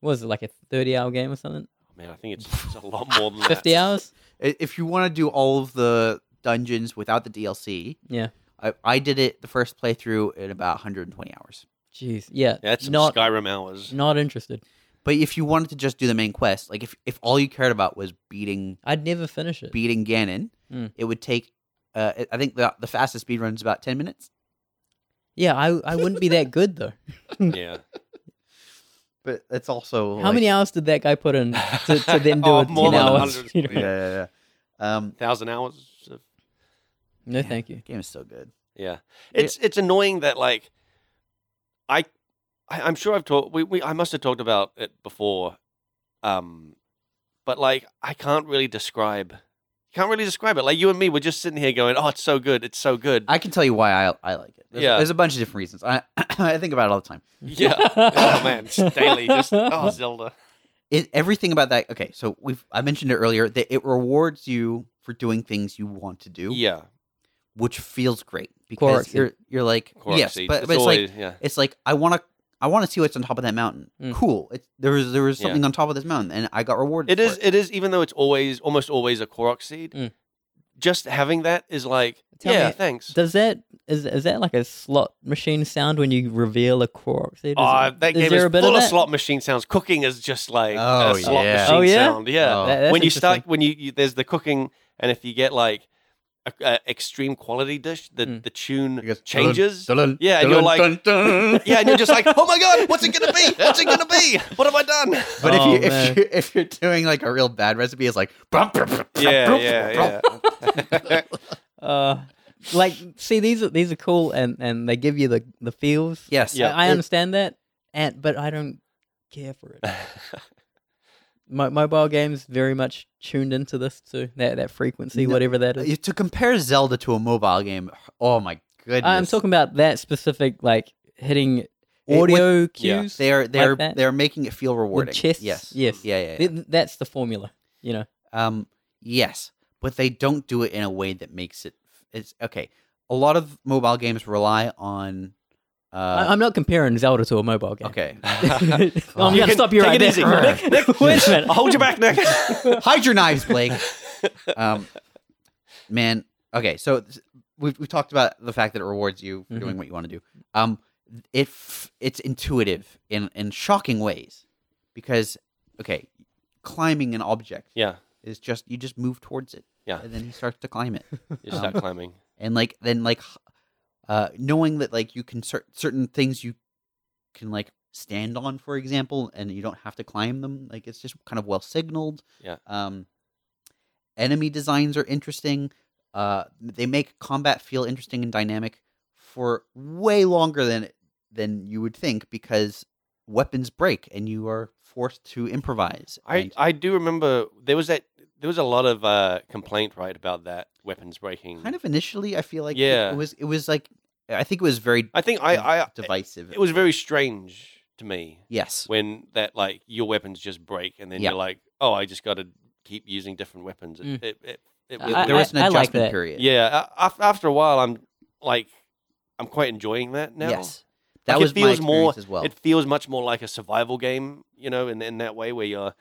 S2: What is it like a thirty-hour game or something?
S3: Man, I think it's, it's a lot more than that.
S2: Fifty hours?
S1: i- if you want to do all of the dungeons without the DLC,
S2: Yeah.
S1: I, I did it the first playthrough in about 120 hours.
S2: Jeez. Yeah.
S3: Yeah, that's some
S2: not
S3: Skyrim hours.
S2: not interested.
S1: But if you wanted to just do the main quest, like if if all you cared about was beating
S2: I'd never finish it.
S1: beating Ganon,
S2: Mm.
S1: it would take uh, I- I think the the fastest speed run is about 10 minutes.
S2: yeah, I I wouldn't be that good though.
S3: yeah.
S1: but it's also
S2: How many
S1: like-
S2: hours did that guy put in to, to then do
S3: Oh,
S2: it?
S3: more
S1: than
S2: hours,
S3: 100.
S2: you know?
S1: Yeah, yeah, yeah. Um,
S3: Thousand hours. Of,
S2: No,
S1: Yeah.
S2: thank you.
S1: game is so good.
S3: yeah,
S1: Yeah.
S3: it's it's annoying that like, I, I I'm sure I've talked. We, we I must have talked about it before, um, but like I can't really describe. Can't really describe it. Like you and me, we're just sitting here going, "Oh, it's so good! It's so good!"
S1: I can tell you why I I like it. There's,
S3: Yeah.
S1: there's a bunch of different reasons. I I think about it all the time.
S3: yeah. oh man, just daily, just oh Zelda.
S1: It, everything about that. Okay, so we've I mentioned it earlier that it rewards you for doing things you want to do,
S3: Yeah,
S1: which feels great because
S2: Correct.
S1: you're you're like
S3: Korok
S1: yes,
S3: seeds.
S1: but, but it's like
S3: always- yeah.
S1: it's like I want to I want to see what's on top of that mountain.
S2: Mm.
S1: Cool. It's, there was there was
S3: Yeah.
S1: something on top of this mountain, and I got rewarded.
S3: It
S1: for
S3: is. It is. Even though it's always, almost always a Korok seed,
S2: Mm.
S3: just having that is like,
S2: Tell
S3: yeah,
S2: me-
S3: thanks.
S2: Does that is is that like a slot machine sound when you reveal a Korok seed? Is
S3: Oh,
S2: it-
S3: that
S2: is
S3: game
S2: there
S3: is
S2: a bit
S3: full of
S2: that?
S3: slot machine sounds. Cooking is just like
S1: Oh,
S3: a slot
S1: yeah.
S3: machine
S2: Oh, yeah?
S3: sound. Yeah.
S1: Oh.
S2: That- that's
S3: when you
S2: interesting.
S3: start, when you, you there's the cooking, and if you get like a, a extreme quality dish, the
S2: Mm.
S3: the
S1: It
S3: tune
S1: goes,
S3: changes.
S1: dun, dun,
S3: Yeah, and
S1: dun,
S3: you're
S1: dun,
S3: like-
S1: dun, dun.
S3: Yeah, and you're just like, oh my god, what's it gonna be? What's it gonna be? What have I done?
S1: But if
S2: Oh,
S1: you
S2: man.
S1: if you if you're doing like a real bad recipe, it's like brum, brum, brum, brum,
S3: yeah,
S1: brum,
S3: yeah, yeah.
S2: Uh, like, see, these are these are cool, and and they give you the the feels.
S1: Yes.
S3: Yeah.
S2: I, I
S1: It-
S2: understand that, and but I don't care for it. Mo- mobile games very much tuned into this too. That that frequency,
S1: No,
S2: whatever that is.
S1: You- to compare Zelda to a mobile game, oh my goodness!
S2: I'm talking about that specific, like hitting
S1: with-
S2: audio
S3: Yeah.
S2: cues.
S1: They're they're
S2: that?
S1: they're making it feel rewarding.
S2: chests?
S1: Yes.
S2: Yes.
S1: Yeah, yeah. yeah.
S2: Th- that's the formula, you know.
S1: Um. Yes, but they don't do it in a way that makes it. It's okay. A lot of mobile games rely on.
S2: I-
S1: Uh,
S2: I'm not comparing Zelda to a mobile game.
S1: okay.
S2: I'm
S1: You
S2: gonna
S1: can-
S2: stop you
S3: take
S2: right
S3: it
S2: there.
S3: easy.
S2: Nick, Nick, wait a minute.
S3: I'll hold you back, Nick.
S1: Hide your knives, Blake. Um, man. Okay, so th- we've we've talked about the fact that it rewards you for
S3: Mm-hmm.
S1: doing what you want to do. Um, it f- it's intuitive in in shocking ways, because okay, climbing an object
S3: yeah,
S1: is just you just move towards it.
S3: Yeah.
S1: and then he starts to climb it,
S3: you start
S1: Um,
S3: climbing.
S1: and like then like, h- uh, knowing that like you can cer- certain things you can like stand on, for example, and you don't have to climb them. Like it's just kind of well signaled.
S3: Yeah.
S1: Um, enemy designs are interesting. Uh, they make combat feel interesting and dynamic for way longer than than you would think because weapons break and you are forced to improvise.
S3: I,
S1: and-
S3: I do remember there was that there was a lot of uh, complaint right about that weapons breaking.
S1: kind of initially i feel like it-
S3: Yeah.
S1: it, was it was like i think it was very
S3: I think I, I
S1: divisive
S3: it was very strange to me
S1: yes
S3: when that like your weapons just break and then
S1: Yeah.
S3: you're like, oh, I just got to keep using different weapons. It,
S2: Mm.
S3: it, it, it
S2: I-
S3: was
S1: there
S3: weird.
S1: was an
S2: I
S1: adjustment
S2: like that.
S1: period
S3: yeah. a- af- After a while, I'm like, I'm quite enjoying that now.
S1: yes that
S3: Like, it
S1: was my
S3: feels more-
S1: experience as well
S3: It feels much more like a survival game, you know, in in that way where you're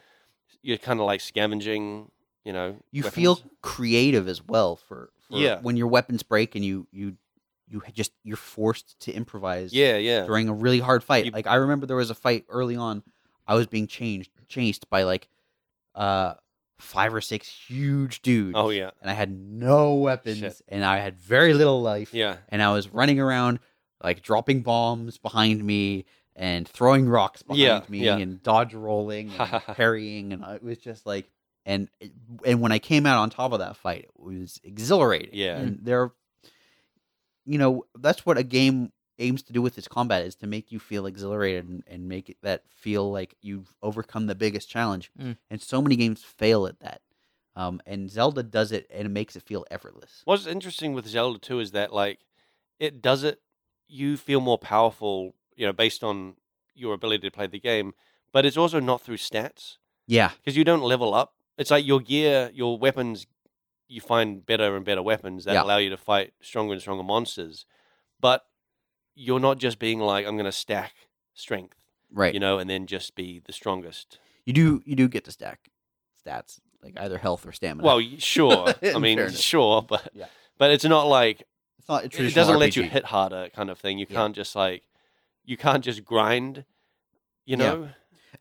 S3: you're kind of like scavenging, you know.
S1: you
S3: weapons.
S1: feel creative as well for, for
S3: Yeah.
S1: when your weapons break and you you you ha- just you're forced to improvise
S3: yeah, yeah,
S1: during a really hard fight
S3: You-
S1: like i remember there was a fight early on i was being changed chased by like uh five or six huge dudes
S3: oh yeah,
S1: and i had no weapons
S3: Shit.
S1: and i had very little life
S3: yeah.
S1: and I was running around like dropping bombs behind me and throwing rocks behind
S3: Yeah,
S1: me
S3: yeah.
S1: and dodge rolling and parrying and it was just like and and when I came out on top of that fight it was exhilarating.
S3: Yeah.
S1: And there you know, that's what a game aims to do with its combat is to make you feel exhilarated and, and make it that feel like you've overcome the biggest challenge.
S2: Mm.
S1: And so many games fail at that. Um, and Zelda does it and it makes it feel effortless.
S3: What's interesting with Zelda too is that like it does it you feel more powerful, you know, based on your ability to play the game, but it's also not through stats
S1: Yeah.
S3: because you don't level up. It's like your gear, your weapons you find better and better weapons that
S1: Yeah.
S3: allow you to fight stronger and stronger monsters. But you're not just being like I'm going to stack strength,
S1: Right.
S3: you know, and then just be the strongest.
S1: You do you do get to stack stats like either health or stamina.
S3: Well, y- sure. I
S1: In
S3: mean,
S1: fairness.
S3: sure, but
S1: Yeah.
S3: but it's not like
S1: it's not a
S3: it
S1: traditional.
S3: doesn't let you
S1: RPG.
S3: hit harder kind of thing you
S1: Yeah.
S3: can't just like you can't just grind
S1: Yeah.
S3: you know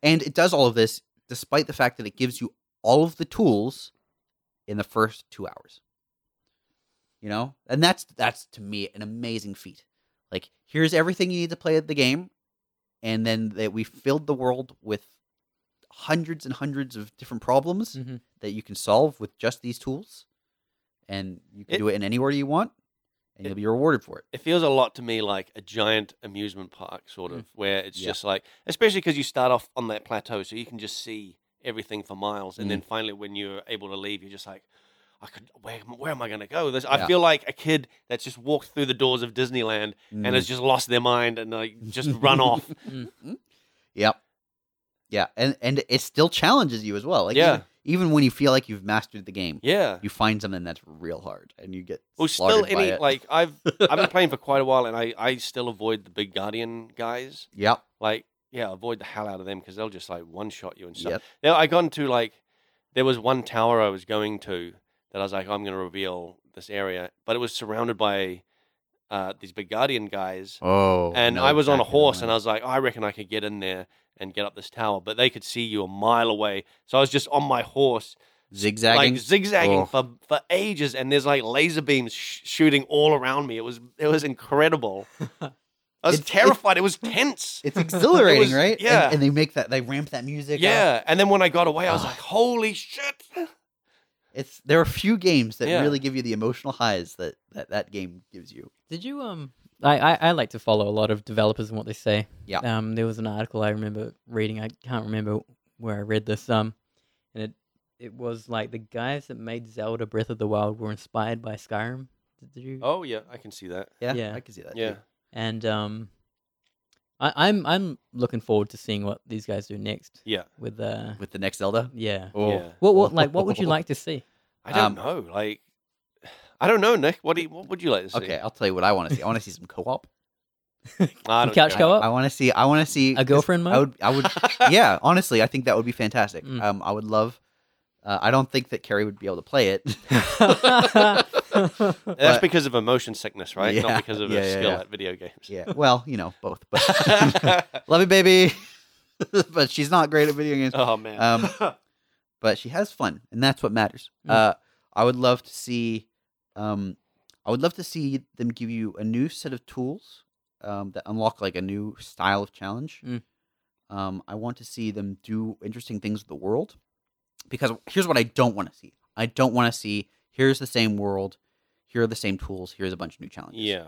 S1: and it does all of this despite the fact that it gives you all of the tools in the first two hours. You know, and that's that's to me an amazing feat. Like, here's everything you need to play the game, and then that we filled the world with hundreds and hundreds of different
S3: Mm.
S1: problems
S2: Mhm.
S1: that you can solve with just these tools, and you can
S3: It-
S1: do it in any order you want, and
S3: it-
S1: you'll be rewarded for it.
S3: It feels a lot to me like a giant amusement park, sort
S2: Mm.
S3: of, where it's
S1: Yeah.
S3: just like, especially because you start off on that plateau, so you can just see everything for miles, and then finally, when you're able to leave, you're just like, I could, where, am- where am I going to go? This,
S1: Yeah.
S3: I feel like a kid that's just walked through the doors of Disneyland and has just lost their mind and like just run off.
S2: mm-hmm.
S1: Yep. Yeah, and and it still challenges you as well. Like
S3: Yeah.
S1: even, even when you feel like you've mastered the game,
S3: Yeah.
S1: you find something that's real hard, and you get
S3: Well, still
S1: slaughtered by
S3: any
S1: it.
S3: like I've I've been playing for quite a while, and I I still avoid the big guardian guys.
S1: yep,
S3: Like yeah, avoid the hell out of them because they'll just like one shot you and stuff.
S1: yep,
S3: Now I got into like there was one tower I was going to that I was like "Oh, I'm going to reveal this area, but it was surrounded by uh, these big guardian guys,
S1: oh,
S3: and I was on a horse, and I was like "Oh, I reckon I could get in there and get up this tower, but they could see you a mile away, so I was just on my horse
S1: zigzagging.
S3: like zigzagging
S1: Oh.
S3: for, for ages, and there's like laser beams sh- shooting all around me. It was it was incredible. I was
S1: It's-
S3: terrified. It, was tense.
S1: it's exhilarating,
S3: was-
S1: right? And-
S3: yeah.
S1: and, they make that they ramp that music. up.
S3: yeah, and then when I got away, I was
S1: Ah.
S3: like, "Holy shit!"
S1: it's there are few games that
S3: Yeah.
S1: really give you the emotional highs that that, that game gives you.
S2: Did you um? I, I I like to follow a lot of developers and what they say.
S1: Yeah.
S2: Um, there was an article I remember reading. I can't remember where I read this. Um, and it it was like the guys that made Zelda Breath of the Wild were inspired by Skyrim. Did you?
S3: Oh yeah, I can see that.
S1: Yeah,
S2: Yeah.
S1: I can see that.
S3: Yeah,
S1: too.
S2: And um, I, I'm I'm looking forward to seeing what these guys do next
S3: yeah,
S2: with uh,
S1: with the next Zelda.
S2: yeah.
S1: Oh,
S3: yeah.
S2: What what like what would you like to see?
S3: I don't
S1: Um,
S3: know. Like, I don't know, Nick. What do you, what would you like to see?
S1: Okay, I'll tell you what I want to see. I want to see some co-op.
S3: I don't
S2: Couch
S3: care.
S1: I-
S2: co-op?
S1: I, want to see. I want to see
S2: A girlfriend mode?
S1: I would. I would. yeah, honestly, I think that would be fantastic.
S2: Mm.
S1: Um, I would love. Uh, I don't think that Carrie would be able to play it.
S3: That's
S1: But-
S3: because of emotion sickness, right?
S1: Yeah,
S3: Not because of
S1: yeah,
S3: a
S1: yeah,
S3: skill
S1: yeah.
S3: at video games.
S1: yeah, well, you know, both. But love you, baby. but she's not great at video games.
S3: oh man.
S1: Um, But she has fun, and that's what matters.
S2: Mm.
S1: Uh, I would love to see. Um, I would love to see them give you a new set of tools um, that unlock like a new style of challenge.
S2: Mm.
S1: Um, I want to see them do interesting things with the world, because here's what I don't want to see. I don't want to see here's the same world, here are the same tools, here's a bunch of new challenges
S3: yeah.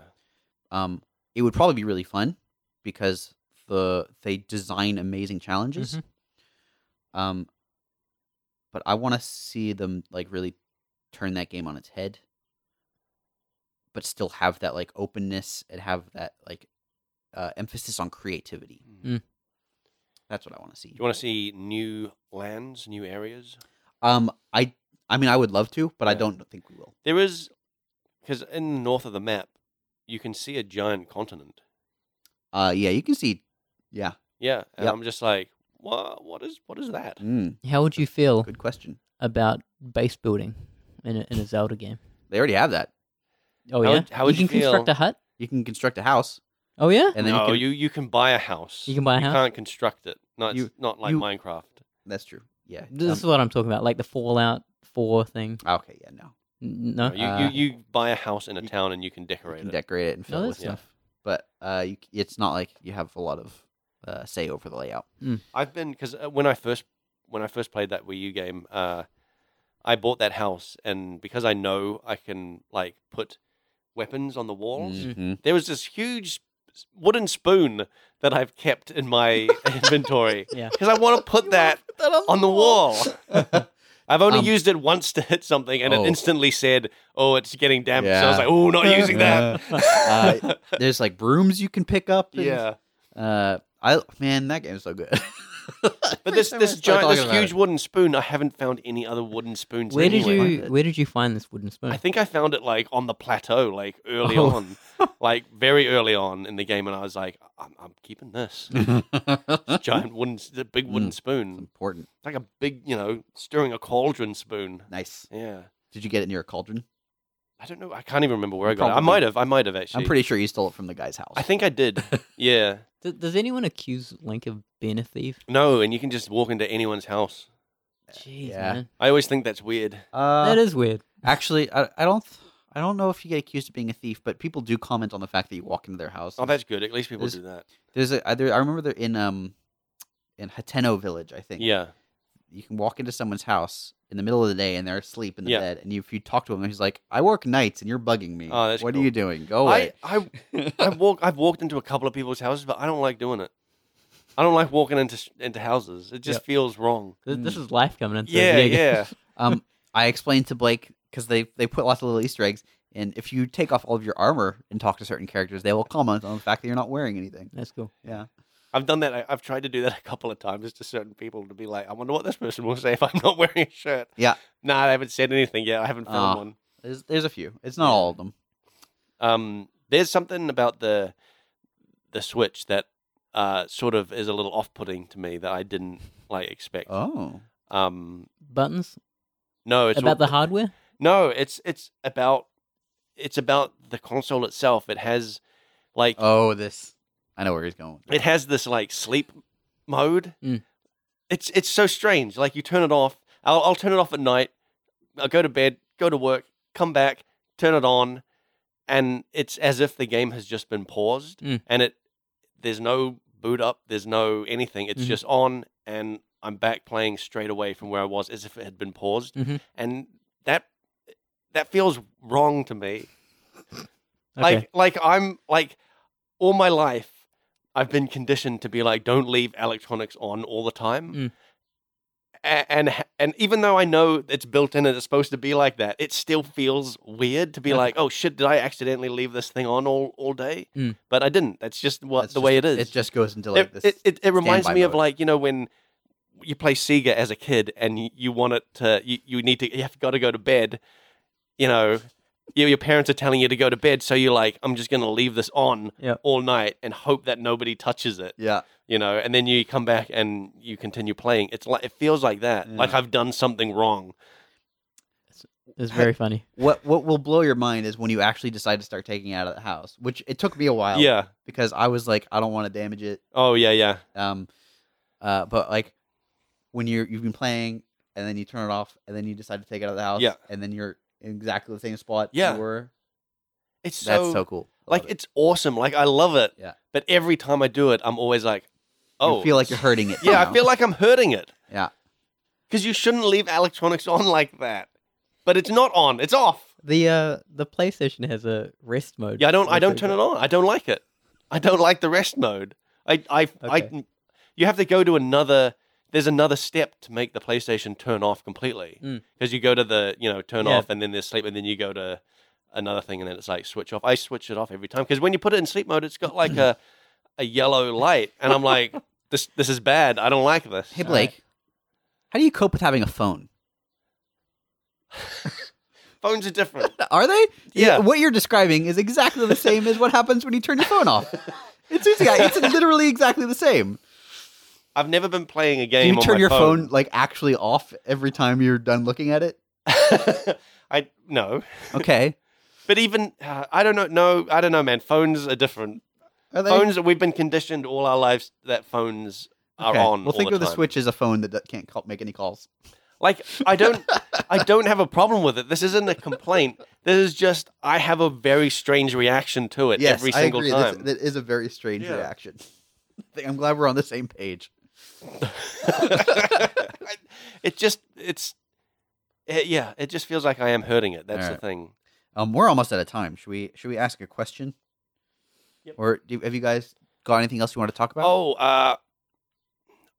S1: um, it would probably be really fun because the they design amazing challenges.
S2: Mhm.
S3: Mm-hmm.
S1: Um, but I want to see them like really turn that game on its head, but still have that like openness and have that like uh, emphasis on creativity. That's what I want to see.
S3: Do you want to see new lands, new areas?
S1: Um, I I mean I would love to, but I
S3: Yeah.
S1: don't think we will.
S3: There is, because in the north of the map, you can see a giant continent.
S1: Uh, yeah, you can see. Yeah,
S3: Yeah, and
S1: Yep.
S3: I'm just like, what? What is? What is that?
S1: Mm,
S2: How would you feel
S1: good question.
S2: about base building in a, in a Zelda game?
S1: They already have that.
S2: Oh
S3: How
S2: yeah,
S3: would- how would
S2: you
S3: you
S2: can construct
S3: feel?
S2: a hut.
S1: You can construct a house,
S2: Oh yeah,
S1: and then
S3: no,
S1: you can
S3: you, you can buy a house.
S2: You can buy a house?
S3: You can't construct it. No, it's
S1: You-
S3: not like
S1: you-
S3: Minecraft.
S1: That's true. Yeah.
S2: this is
S1: um,
S2: what I'm talking about, like the Fallout Four thing.
S1: okay. Yeah. No.
S2: N-
S3: No,
S2: No,
S3: Oh, you,
S1: uh,
S3: you you buy a house in a
S1: you-
S3: town and you can
S1: You
S3: decorate
S1: can
S3: it.
S1: decorate it and fill it with
S2: that's-
S1: stuff, but uh, you, c- it's not like you have a lot of uh, say over the layout.
S3: I've been because when I first when I first played that Wii U game, uh, I bought that house, and because I know I can like put weapons on the walls,
S1: Mhm.
S3: there was this huge s- wooden spoon that I've kept in my inventory.
S2: Yeah.
S3: Because I want to put that on the wall. I've only
S1: Um,
S3: used it once to hit something and
S1: Oh.
S3: it instantly said, oh, it's getting damp. So I
S1: Yeah.
S3: was like, oh, not using that.
S1: Uh, There's like brooms you can pick up. and,
S3: yeah.
S1: Uh, I man, that game is so good.
S3: But this, this giant, this huge wooden spoon, I haven't found any other wooden spoons
S2: where did
S3: anywhere.
S2: you where did you find this wooden spoon?
S3: I think I found it like on the plateau, like early
S2: Oh.
S3: on, like very early on in the game. And I was like, I'm, I'm keeping this
S1: it's
S3: giant wooden, s- the
S2: Hmm.
S3: big wooden spoon.
S1: important.
S3: It's like a big, you know, stirring a cauldron spoon.
S1: Nice.
S3: Yeah.
S1: Did you get it near a cauldron?
S3: I don't know. I can't even remember where I got it. I
S1: Probably.
S3: might have. I might have actually.
S1: I'm pretty sure you stole it from the guy's house.
S3: I think I did. yeah.
S2: Th- Does anyone accuse Link of being a thief?
S3: No, and you can just walk into anyone's house.
S2: Jeez,
S1: yeah.
S2: man,
S3: I always think that's weird.
S1: Uh,
S2: that is weird.
S1: Actually, I, I don't. th- I I don't know if you get accused of being a thief, but people do comment on the fact that you walk into their house.
S3: Oh, that's good. At least people
S1: There's-
S3: do that.
S1: There's a I- there, I remember they're in um in Hateno village, I think.
S3: Yeah.
S1: You can walk into someone's house in the middle of the day and they're asleep in the
S3: Yeah.
S1: bed and you, if you talk to him he's like, "I work nights and you're bugging me.
S3: Oh, that's
S1: what
S3: cool.
S1: are you doing? Go
S3: I
S1: away."
S3: I I've walked I've walked into a couple of people's houses, but I don't like doing it. I don't like walking into s- into houses. It just
S2: Yep.
S3: feels wrong.
S2: Th- This
S1: Mm.
S2: is life coming into
S3: Yeah,
S2: Diego.
S3: yeah.
S1: um I explained to Blake cuz they they put lots of little easter eggs and if you take off all of your armor and talk to certain characters, they will comment on the fact that you're not wearing anything.
S2: That's cool.
S1: Yeah.
S3: I've done that. I, I've tried to do that a couple of times to certain people to be like, I wonder what this person will say if I'm not wearing a shirt.
S1: Yeah.
S3: Nah, I haven't said anything yet. I haven't found
S1: Oh.
S3: one.
S1: There's there's a few. It's not all of them.
S3: Um, there's something about the the Switch that uh, sort of is a little off putting to me that I didn't like expect.
S1: Oh.
S3: Um,
S2: Buttons
S3: no, it's
S2: about
S3: all-
S2: the hardware.
S3: No, it's it's about it's about the console itself. It has like
S1: Oh, this I know where he's going. With
S3: it has this like sleep mode.
S2: Mm.
S3: It's it's so strange. Like you turn it off. I'll I'll turn it off at night. I'll go to bed, go to work, come back, turn it on, and it's as if the game has just been paused
S2: Mm.
S3: and it there's no boot up, there's no anything. It's
S2: Mhm.
S3: just on and I'm back playing straight away from where I was as if it had been paused.
S2: Mhm.
S3: And that that feels wrong to me.
S2: Okay.
S3: Like like I'm like all my life I've been conditioned to be like don't leave electronics on all the time.
S2: Mm.
S3: A- And ha- and even though I know it's built in and it's supposed to be like that, it still feels weird to be
S2: Yeah.
S3: like, oh shit, did I accidentally leave this thing on all, all day?
S2: Mm.
S3: But I didn't. That's just what
S1: That's
S3: the
S1: just-
S3: way it is.
S1: It just goes into like
S3: it,
S1: this.
S3: it, it, it reminds
S1: standby
S3: me of
S1: mode.
S3: like you know when you play Sega as a kid and you, you want it to you, you need to you have got to go to bed you know your, your parents are telling you to go to bed so you're like I'm just going to leave this on
S2: Yep.
S3: all night and hope that nobody touches it
S1: yeah.
S3: you know and then you come back and you continue playing it's like it feels like that like
S1: Yeah.
S3: I've done something wrong
S2: it's very funny.
S1: What what will blow your mind is when you actually decide to start taking it out of the house, which it took me a while.
S3: yeah
S1: Because I was like, I don't want to damage it.
S3: oh yeah yeah
S1: Um, uh, but like when you're you've been playing and then you turn it off and then you decide to take it out of the house.
S3: Yeah.
S1: And then you're in exactly the same spot.
S3: Yeah.
S1: You were.
S3: it's so,
S1: That's so cool. I
S3: like
S1: love
S3: it's awesome like I love it
S1: Yeah.
S3: but every time I do it I'm always like oh
S1: you feel like you're hurting it.
S3: yeah,
S1: now.
S3: I feel like I'm hurting it.
S1: Yeah.
S3: Because you shouldn't leave electronics on like that. But it's not on. It's off.
S2: The uh the PlayStation has a rest mode.
S3: Yeah, I don't. I don't
S2: also,
S3: turn
S2: but-
S3: it on. I don't like it. I don't like the rest mode. I. I. I.
S2: Okay.
S3: You have to go to another. There's another step to make the PlayStation turn off completely.
S2: Mm.
S3: Because you go to the you know turn
S2: Yeah.
S3: off and then there's sleep and then you go to another thing and then it's like switch off. I switch it off every time because when you put it in sleep mode, it's got like a a yellow light and I'm like this this is bad. I don't like this.
S1: Hey
S2: All right.
S1: Blake, how do you cope with having a phone?
S3: Phones are different.
S1: Are they?
S3: Yeah.
S1: What you're describing is exactly the same as what happens when you turn your phone off. It's it's, it's literally exactly the same.
S3: I've never been playing a
S1: Do
S3: game.
S1: you
S3: on
S1: turn
S3: my
S1: your phone.
S3: phone.
S1: like actually off every time you're done looking at it?
S3: I no,
S1: Okay.
S3: but even uh, I don't know. No, I don't know, man. Phones are different.
S1: Are they?
S3: Phones. We've been conditioned all our lives that phones are
S1: okay.
S3: on.
S1: Well,
S3: all
S1: think
S3: the
S1: of the
S3: time.
S1: Switch as a phone that d- can't call, make any calls.
S3: Like I don't, I don't have a problem with it. This isn't a complaint. This is just I have a very strange reaction to it every single
S1: I agree. That's-
S3: time.
S1: that is a very strange
S3: Yeah.
S1: reaction. I think- I'm glad we're on the same page.
S3: it just it's. It, yeah, it just feels like I am hurting it. That's
S1: Alright.
S3: the thing.
S1: Um, we're almost out of time. Should we? Should we ask a question?
S3: Yep.
S1: Or do, have you guys got anything else you want to talk about?
S3: Oh, uh,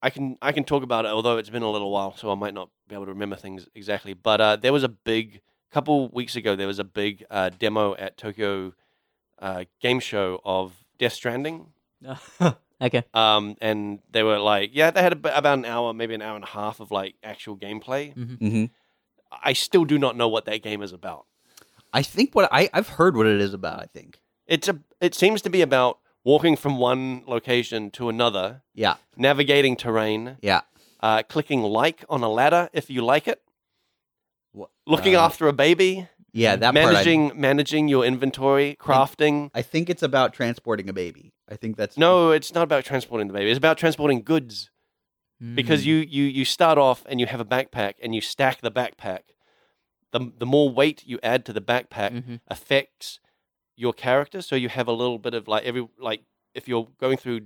S3: I can I can talk about it, although it's been a little while, so I might not be able to remember things exactly. But uh, there was a big couple weeks ago. There was a big uh, demo at Tokyo uh, Game Show of Death Stranding.
S2: okay.
S3: Um, and they were like, yeah, they had ab about an hour, maybe an hour and a half of like actual gameplay.
S1: Mm-hmm.
S3: I still do not know what that game is about.
S1: I think what I I've heard what it is about. I think.
S3: It's a it seems to be about walking from one location to another,
S1: Yeah.
S3: navigating terrain,
S1: Yeah.
S3: uh, clicking like on a ladder if you like it,
S1: What-
S3: looking
S1: uh,
S3: after a baby,
S1: Yeah. That part I-
S3: Mm-hmm. managing managing your inventory, crafting.
S1: I think it's about transporting a baby. I think that's
S3: No, it's not about transporting the baby. It's about transporting goods
S1: Mm.
S3: because you you you start off and you have a backpack and you stack the backpack the the more weight you add to the backpack
S2: hmm
S3: affects your character. So you have a little bit of like every like if you're going through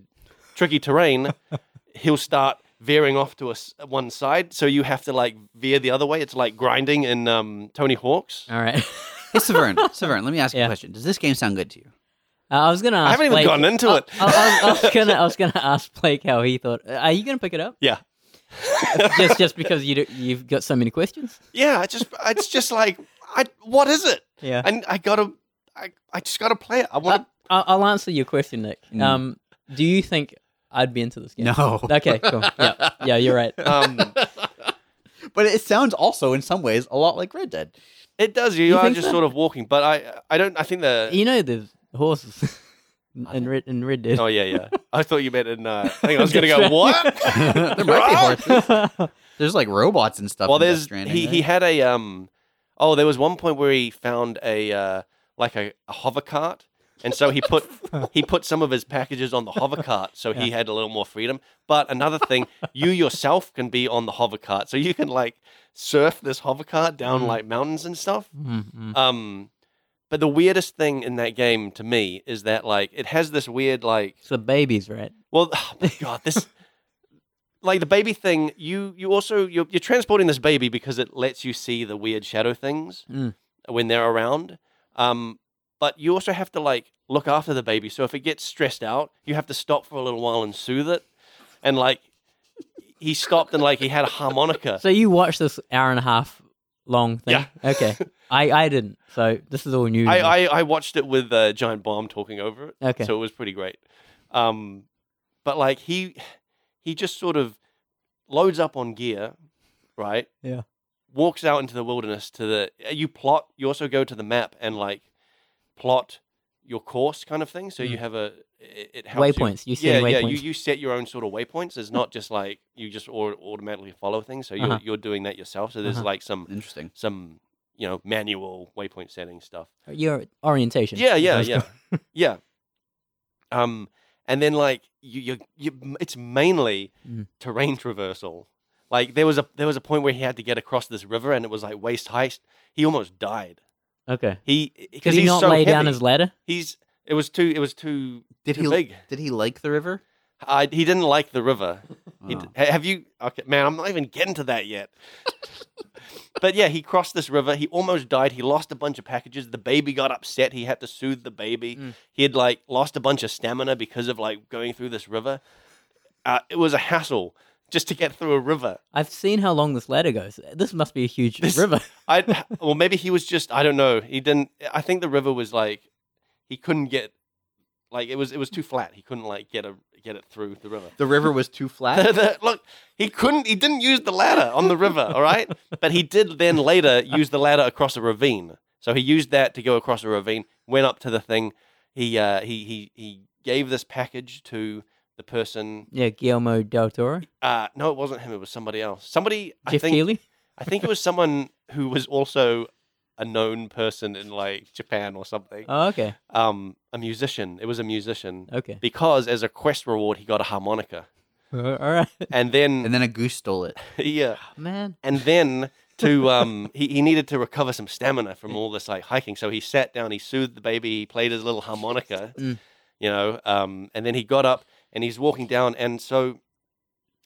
S3: tricky terrain, he'll start veering off to a s- one side. So you have to like veer the other way. It's like grinding in um, Tony Hawk's.
S2: All right.
S1: Hey, Severn, Severn, let me ask you
S2: Yeah.
S1: a question. Does this game sound good to you?
S2: Uh, I was gonna. Ask
S3: I haven't even
S2: Blake-
S3: gotten into
S2: I-
S3: it.
S2: I, I was- I was gonna. I was gonna ask Blake how he thought. uh, Are you gonna pick it up?
S3: Yeah.
S2: just just because you do, you've got so many questions.
S3: yeah, I just it's just like I what is it?
S2: Yeah.
S3: And I gotta I, I just gotta play it. I want.
S2: I'll, I'll answer your question, Nick.
S1: Mm.
S2: Um, do you think I'd be into this game?
S1: No.
S2: Okay. Cool. Yeah. Yeah. You're right.
S3: um,
S1: But it sounds also, in some ways, a lot like Red Dead.
S3: it does. You,
S2: You
S3: are
S2: think
S3: just
S2: so?
S3: sort of walking, but I I don't. I think the
S2: You know the horses
S1: I
S2: in
S1: think-
S2: Red in Red Dead.
S3: Oh yeah, yeah. I thought you meant in. Uh, I think I was gonna go what?
S1: There might be horses. There's like robots and stuff.
S3: well,
S1: in Death
S3: there's
S1: Stranding,
S3: he
S1: right?
S3: he had a um. Oh, there was one point where he found a uh, like a, a hover cart, and so he put he put some of his packages on the hover cart, so he had a little more freedom. But another thing, you yourself can be on the hover cart, so you can like surf this hover cart down
S2: Mm.
S3: like mountains and stuff.
S2: Mm-mm.
S3: Um, but the weirdest thing in that game to me is that like it has this weird like
S2: It's the babies, right?
S3: well, oh my God, this like the baby thing. You you also you're, you're transporting this baby because it lets you see the weird shadow things
S2: Mm.
S3: when they're around. Um, but you also have to like look after the baby. So if it gets stressed out, you have to stop for a little while and soothe it. And like he stopped and like he had a harmonica.
S2: So you watched this hour and a half long thing? Yeah. Okay. I I didn't. So this is all new. to
S3: I,
S2: me.
S3: I I watched it with uh, giant bomb talking over it.
S2: okay.
S3: So it was pretty great. Um, but like he he just sort of loads up on gear, right?
S2: Yeah.
S3: Walks out into the wilderness to the you plot you also go to the map and like plot your course kind of thing. So you
S2: Mm.
S3: have a it, it helps you-
S2: waypoints. You, see
S3: yeah, yeah.
S2: waypoints.
S3: You, you set your own sort of waypoints. It's not just like you just au- automatically follow things. So you're
S2: Uh-huh.
S3: you're doing that yourself. So there's
S2: Uh-huh.
S3: like some
S1: interesting. some
S3: some you know manual waypoint setting stuff.
S2: Your orientation.
S3: Yeah, yeah,
S2: Let's go.
S3: yeah, yeah. Um, and then like you, you, you it's mainly
S2: Mm.
S3: terrain traversal. Like there was a there was a point where he had to get across this river, and it was like waist height. He almost died.
S2: Okay.
S3: He
S2: Could
S3: because
S2: he
S3: he's
S2: not
S3: so
S2: lay
S3: heavy.
S2: down his ladder?
S3: He's it was too it was too
S1: Did
S3: too
S1: he
S3: big.
S1: did he like the river?
S3: I, he didn't like the river. He
S1: Oh.
S3: d- ha- have you? Okay, man, I'm not even getting to that yet. but yeah, he crossed this river. He almost died. He lost a bunch of packages. The baby got upset. He had to soothe the baby.
S2: Mm.
S3: He had like lost a bunch of stamina because of like going through this river. Uh, it was a hassle just to get through a river.
S2: I've seen how long this ladder goes. This must be a huge
S3: This-
S2: river.
S3: I well, maybe he was just I don't know. He didn't. I think the river was like he couldn't get like it was it was too flat. He couldn't like get a get it through the river.
S1: The river was too
S3: The-
S1: flat.
S3: the- look, he couldn't. He didn't use the ladder on the river. All right, but he did then later use the ladder across a ravine. So he used that to go across a ravine. Went up to the thing. He uh, he he he gave this package to the person.
S2: Yeah, Guillermo del Toro,
S3: Uh, no, it wasn't him. It was somebody else. Somebody. I
S2: Jeff
S3: think.
S2: Keighley.
S3: I think it was someone who was also a known person in like Japan or something.
S2: Oh, okay,
S3: Um, a musician. It was a musician
S2: okay,
S3: because as a quest reward he got a harmonica,
S2: all right, Oh,
S3: and then, uh,
S1: and then a goose stole it.
S3: yeah.
S2: man.
S3: and then to um he, he needed to recover some stamina from all this like hiking so he sat down he soothed the baby he played his little harmonica
S2: Mm.
S3: you know um and then he got up and he's walking down and so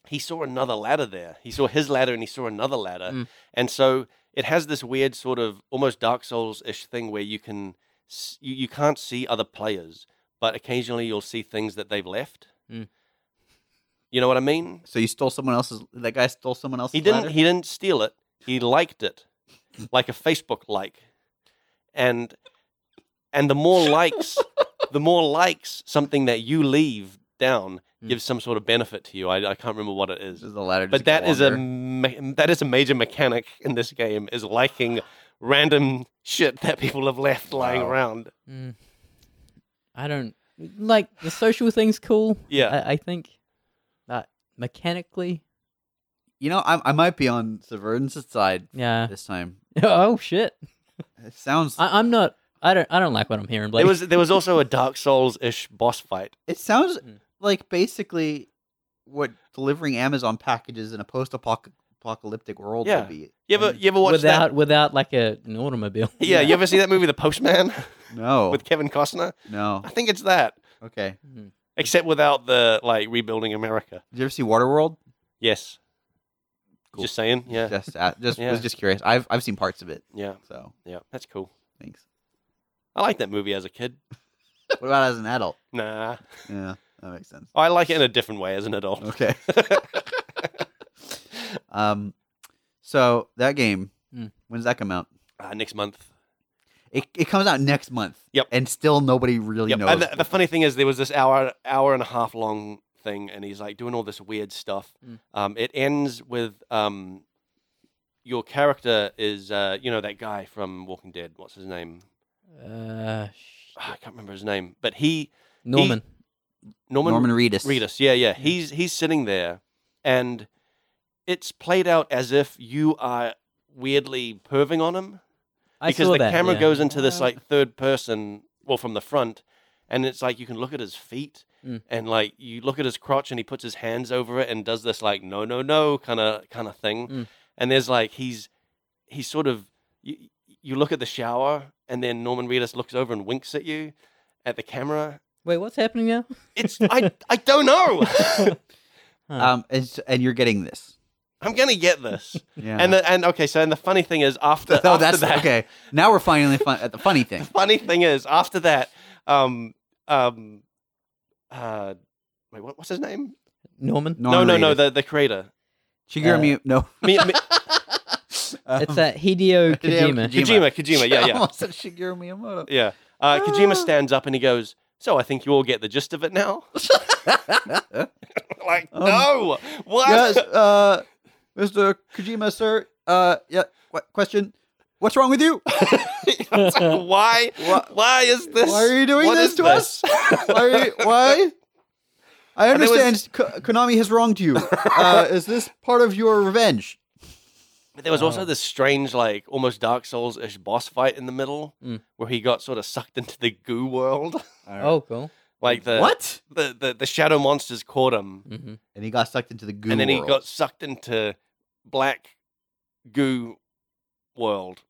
S3: he saw another ladder there he saw his ladder and he saw another ladder
S2: Mm.
S3: and so it has this weird sort of almost dark souls ish thing where you can s- you, you can't see other players but occasionally you'll see things that they've left
S2: Mm.
S3: you know what i mean
S1: So you stole someone else's. That guy stole someone else's.
S3: he didn't.
S1: ladder?
S3: He didn't steal it. He liked it, like a Facebook like, and and the more likes, the more likes something that you leave down
S2: Mm.
S3: gives some sort of benefit to you. I, I can't remember what it is,
S1: This is the ladder.
S3: but
S1: just
S3: that is a
S1: wandered.
S3: ma- that is a major mechanic in this game is liking random shit that people have left lying
S1: Wow.
S3: around.
S2: Mm. I don't like the social thing's cool.
S3: Yeah.
S2: I, I think that mechanically,
S1: You know, I, I might be on Severn's side
S2: yeah.
S1: this time.
S2: oh shit,
S1: It sounds.
S2: I, I'm not. I don't. I don't like what I'm hearing, Blake.
S3: there was there was also a Dark Souls ish boss fight.
S1: It
S3: Hmm.
S1: sounds
S2: Mm.
S1: like basically what delivering Amazon packages in a post apocalyptic world
S3: Yeah.
S1: would be.
S3: You ever
S1: And-
S3: you ever watch
S2: without without like a, an automobile.
S3: that? Yeah, you ever see that movie The Postman
S1: no,
S3: with Kevin Costner?
S1: no.
S3: I think it's that,
S1: Okay.
S2: Mhm.
S3: except without the like rebuilding America.
S1: Did you ever see Waterworld?
S3: Yes.
S1: Cool.
S3: Just saying. Yeah.
S1: Just, uh, just
S3: Yeah.
S1: was just curious. I've I've seen parts of it,
S3: Yeah.
S1: so
S3: Yeah. That's cool.
S1: thanks.
S3: I like that movie as a kid.
S1: What about as an adult?
S3: Nah.
S1: Yeah, that makes sense.
S3: I like it in a different way as an adult.
S1: Okay. Um, so that game,
S3: Hmm.
S2: Mm.
S1: when does that come out?
S3: uh, next month.
S1: It it comes out next month.
S3: Yep.
S1: And still nobody really
S3: Yep.
S1: knows.
S3: And the, the funny thing is, there was this hour, hour and a half long thing, and he's like doing all this weird stuff.
S2: Mm.
S3: Um, it ends with um, your character is, uh, you know, that guy from Walking Dead. What's his name?
S2: Uh, sh-
S3: Ah, I can't remember his name, but he
S2: Norman.
S3: Norman,
S1: Norman Reedus.
S3: Reedus. Yeah,
S2: Mm.
S3: yeah. He's he's sitting there, and it's played out as if you are weirdly perving on him.
S2: I
S3: because
S2: saw
S3: the
S2: that,
S3: camera
S2: yeah. Uh.
S3: goes into this
S2: Wow.
S3: like third person, well, from the front, and it's like you can look at his feet
S2: Mm.
S3: and like you look at his crotch and he puts his hands over it and does this like no no no kind of kind of thing,
S2: Mm.
S3: and there's like he's he's sort of you, you look at the shower and then Norman Reedus looks over and winks at you at the camera.
S2: Wait, what's happening now?
S3: It's I I don't know.
S2: Huh.
S1: Um, and s- and you're getting this.
S3: I'm gonna get this.
S1: Yeah.
S3: And the, and okay, so and the funny thing is after,
S1: so
S3: after
S1: that's
S3: that,
S1: okay. Now we're finally fun- at the funny
S3: the
S1: thing.
S3: funny thing is, after that, um, um, uh, wait, what, what's his name?
S2: Norman.
S1: Norman
S3: no, no, no,
S1: Reedus.
S3: the the creator.
S1: Shigeru
S2: uh,
S1: Miyu. No.
S3: Mi, mi,
S1: Um,
S2: It's a Hideo
S1: Hideo
S2: Kojima.
S3: Kojima, uh, Kojima, yeah,
S1: I
S3: yeah,
S1: almost said Shigeru Miyamoto.
S3: yeah. Uh, Kojima
S1: Ah.
S3: stands up and he goes, "So I think you all get the gist of it now." like,
S1: Um,
S3: no, what?
S1: yes, uh, Mr. Kojima, sir. Uh, yeah. Qu- question. What's wrong with you?
S3: It's like, why?
S1: Wha-
S3: Why is this?
S1: Why are you doing
S3: what
S1: this
S3: is
S1: to us? Why? why? I
S3: And it was-
S1: understand Ko- Konami has wronged you. Uh, is this part of your revenge?
S3: But there was also
S2: Oh.
S3: this strange, like almost Dark Souls ish boss fight in the middle
S2: Mm.
S3: where he got sort of sucked into the goo world.
S2: Oh, cool.
S3: like the
S1: what?
S3: The, the, the shadow monsters caught him
S2: hmm
S1: And he got sucked into the goo.
S3: and then he
S1: world.
S3: got sucked into black goo world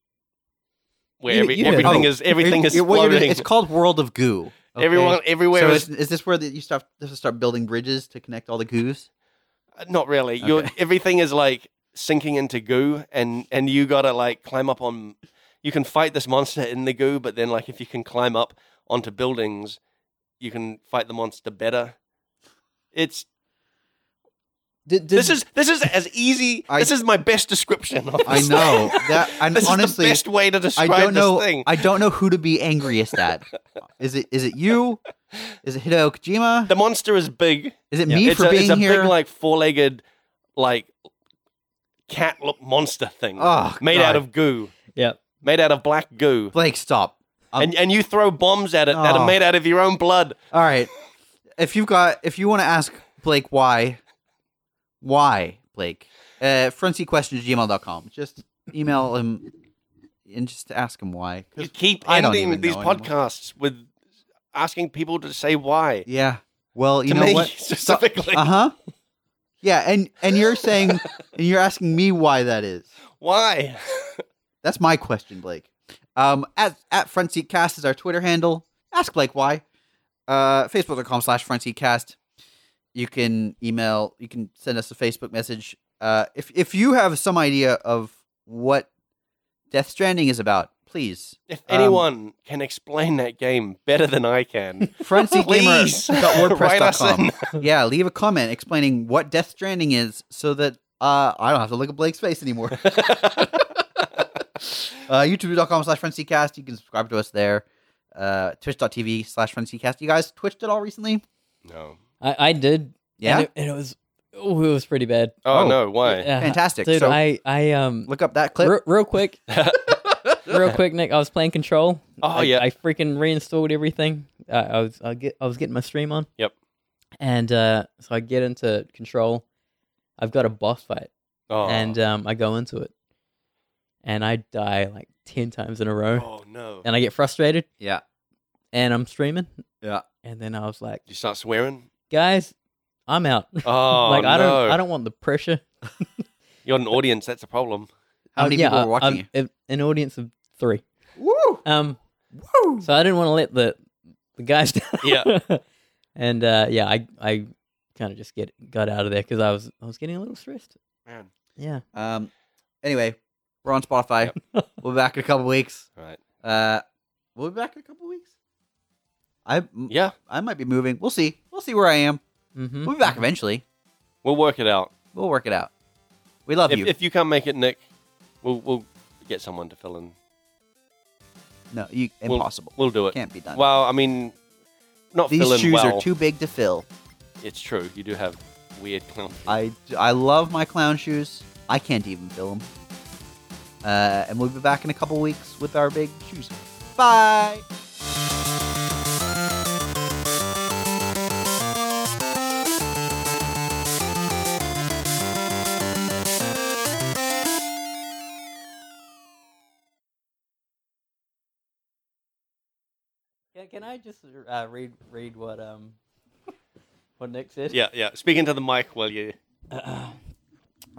S3: where
S2: You-
S3: every,
S2: you know-
S3: everything
S1: Oh,
S3: is everything is
S1: It- it- what you're doing-
S3: floating
S1: It's called World of Goo. okay?
S3: everyone everywhere
S1: so
S3: is
S1: is, is this where the, you start this is start building bridges to connect all the goos?
S3: Uh, not really you're
S1: Okay.
S3: everything is like sinking into goo and and you gotta like climb up on you can fight this monster in the goo but then like if you can climb up onto buildings you can fight the monster better it's
S2: Did, did,
S3: this is this is as easy
S1: I-
S3: this is my best description of
S1: I
S3: this.
S1: know that, and
S3: this
S1: honestly,
S3: is the best way to
S1: I
S3: describe
S1: don't know.
S3: this thing.
S1: I don't know who to be angriest at. Is it is it you? Is it Hideo Kojima?
S3: The monster is big.
S1: Is it
S2: Yeah.
S1: me
S3: it's
S1: for
S3: a,
S1: being
S3: it's a
S1: here?
S3: big, like four-legged, like cat-look monster thing
S1: oh,
S3: made
S1: God.
S3: out of goo,
S2: yeah.
S3: made out of black goo,
S1: Blake. Stop. Um,
S3: and and you throw bombs at it that
S1: Oh.
S3: are made out of your own blood.
S1: All right. If you've got, if you want to ask Blake why, why Blake, uh, frontseatquestions@gmail.com. Just email him and just ask him why. 'Cause-
S3: You keep
S1: I don't
S3: ending
S1: even
S3: these
S1: know anymore.
S3: podcasts with asking people to say why.
S1: Yeah. Well, you
S3: to
S1: know
S3: me
S1: what?
S3: specifically,
S1: Uh huh. Yeah, and and you're saying, and you're asking me why that is.
S3: why?
S1: um, That's my question, Blake. Um, at at Front Seat Cast is our Twitter handle. Ask Blake why. Uh, Facebook.com slash Front Seat Cast. You can email. You can send us a Facebook message. Uh, if if you have some idea of what Death Stranding is about, please
S3: If
S1: Um,
S3: anyone can explain that game better than I can, please write us
S1: frontseatgamer.wordpress.com.
S3: in.
S1: yeah, leave a comment explaining what Death Stranding is, so that uh, I don't have to look at Blake's face anymore. uh, youtube.com slash frenzycast you can subscribe to us there uh twitch.tv slash frenzycast you guys twitched at all recently
S3: no.
S2: I, I did.
S1: yeah
S2: And it, and it was. Oh, it was pretty bad.
S3: Oh,
S1: Oh.
S3: no! Why?
S2: Yeah.
S1: fantastic
S2: uh, Dude,
S1: so
S2: I, I um,
S1: look up that clip
S2: re- real quick, real quick, Nick. I was playing Control.
S3: Oh
S2: I,
S3: yeah.
S2: I freaking reinstalled everything. Uh, I was I get I was getting my stream on.
S3: Yep.
S2: And uh, so I get into Control. I've got a boss fight,
S3: oh.
S1: uh,
S2: and um, I go into it, and I die like ten times in a row,
S3: oh no!
S2: and I get frustrated,
S1: yeah
S2: and I'm streaming.
S1: Yeah.
S2: And then I was like,
S3: you start swearing.
S2: guys, I'm out.
S3: Oh
S2: like I
S3: no.
S2: don't I don't want the pressure.
S3: You're an audience. That's a problem.
S1: How
S2: Uh,
S1: many
S2: yeah,
S1: people were
S2: uh,
S1: watching
S2: um, a- An audience of three.
S1: you? Woo!
S2: Um,
S1: Woo!
S2: so I didn't want to let the the guys down.
S3: Yeah.
S2: and uh, yeah, I I kind of just get got out of there because I was I was getting a little stressed.
S3: Man.
S2: Yeah.
S1: Um. Anyway, we're on Spotify. we'll be back in a couple weeks.
S3: All right.
S1: Uh, we'll be back in a couple weeks. I m-
S3: Yeah,
S1: I might be moving. We'll see. We'll see where I am.
S2: Mm-hmm.
S1: We'll be back eventually.
S3: we'll work it out.
S1: We'll work it out. We love
S3: If,
S1: you.
S3: if you can't make it, Nick, we'll we'll get someone to fill in.
S1: no, you
S3: We'll-
S1: impossible.
S3: We'll do it.
S1: Can't be done.
S3: Well, I mean, not
S1: These
S3: fill in
S1: shoes
S3: well.
S1: are too big to fill.
S3: It's true. You do have weird clown.
S1: I, I love my clown shoes. I can't even fill them. Uh, and we'll be back in a couple weeks with our big shoes. Bye.
S2: Can, can I just uh, read read what um what Nick said?
S3: yeah, yeah. Speaking to the mic while you.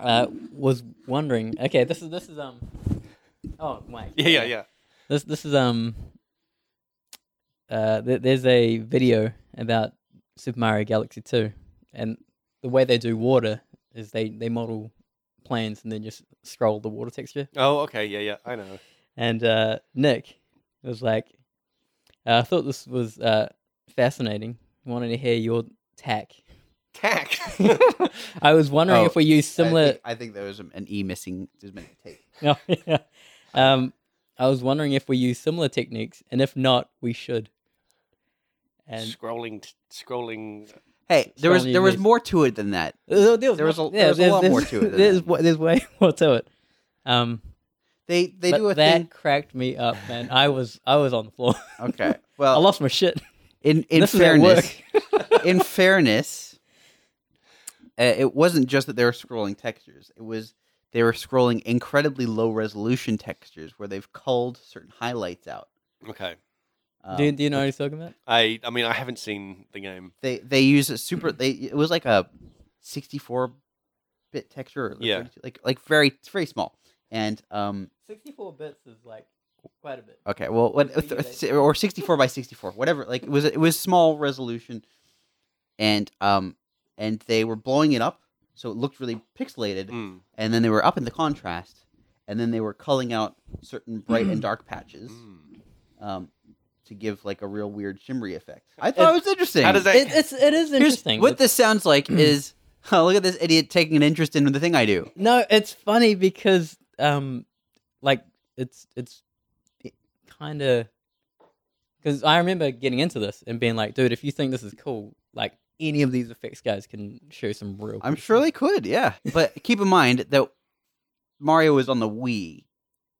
S2: Uh, was wondering. Okay, this is this is um. Oh, Mike.
S3: Yeah, yeah, yeah.
S2: This this is um. Uh, th- there's a video about Super Mario Galaxy Two, and the way they do water is they they model planes and then just scroll the water texture.
S3: Oh, okay. Yeah, yeah. I know.
S2: And uh, Nick was like, uh, "I thought this was uh fascinating. Wanted to hear your tack."
S3: Tack.
S2: I was wondering
S1: Oh,
S2: if we use similar.
S1: I think, I think there was an e missing. There's been a take.
S2: No, yeah. Um, I was wondering if we use similar techniques, and if not, we should. And
S3: scrolling, t- scrolling.
S1: Hey, there was
S2: Strongly
S1: there was
S2: agrees.
S1: more to it than that.
S2: Uh, there
S1: There was
S2: mo-
S1: a- there was a lot
S2: there's-
S1: more to it than
S2: There's,
S1: that.
S2: wa- there's way more to it. Um,
S1: They they
S2: but
S1: do a
S2: that
S1: thing.
S2: cracked me up, man. I was I was on the floor.
S1: Okay.
S2: I
S1: Well,
S2: lost my shit.
S1: in Uh, in
S2: this is at
S1: fairness,
S2: work.
S1: in fairness, uh, it wasn't just that they were scrolling textures. It was they were scrolling incredibly low resolution textures where they've culled certain highlights out.
S3: Okay.
S1: Um,
S2: do, do you know what he's talking about?
S3: I. I mean, I haven't seen the game.
S1: they they use a super they it was like a 64 bit texture or
S3: Yeah.
S1: 32 like like very it's very small and um
S2: 64 bits is like quite a bit.
S1: okay well what
S2: What do you
S1: th- or 64 by 64 whatever like it was it was small resolution and um and they were blowing it up so it looked really pixelated
S3: Mm.
S1: and then they were upping the contrast and then they were culling out certain bright and dark patches
S3: Mm.
S1: um to give like a real weird shimmery effect i thought it was interesting
S3: How does that?
S2: It, it's it is
S1: Here's-
S2: interesting. Mm.
S1: what this sounds like is, oh, look at this idiot taking an interest in the thing I do.
S2: No, it's funny because um like it's it's kind of cuz I remember getting into this and being like, dude, if you think this is cool, like any of these effects guys can show some real
S1: I'm
S2: cool
S1: sure
S2: stuff.
S1: they could, yeah. But keep in mind that Mario was on the Wii.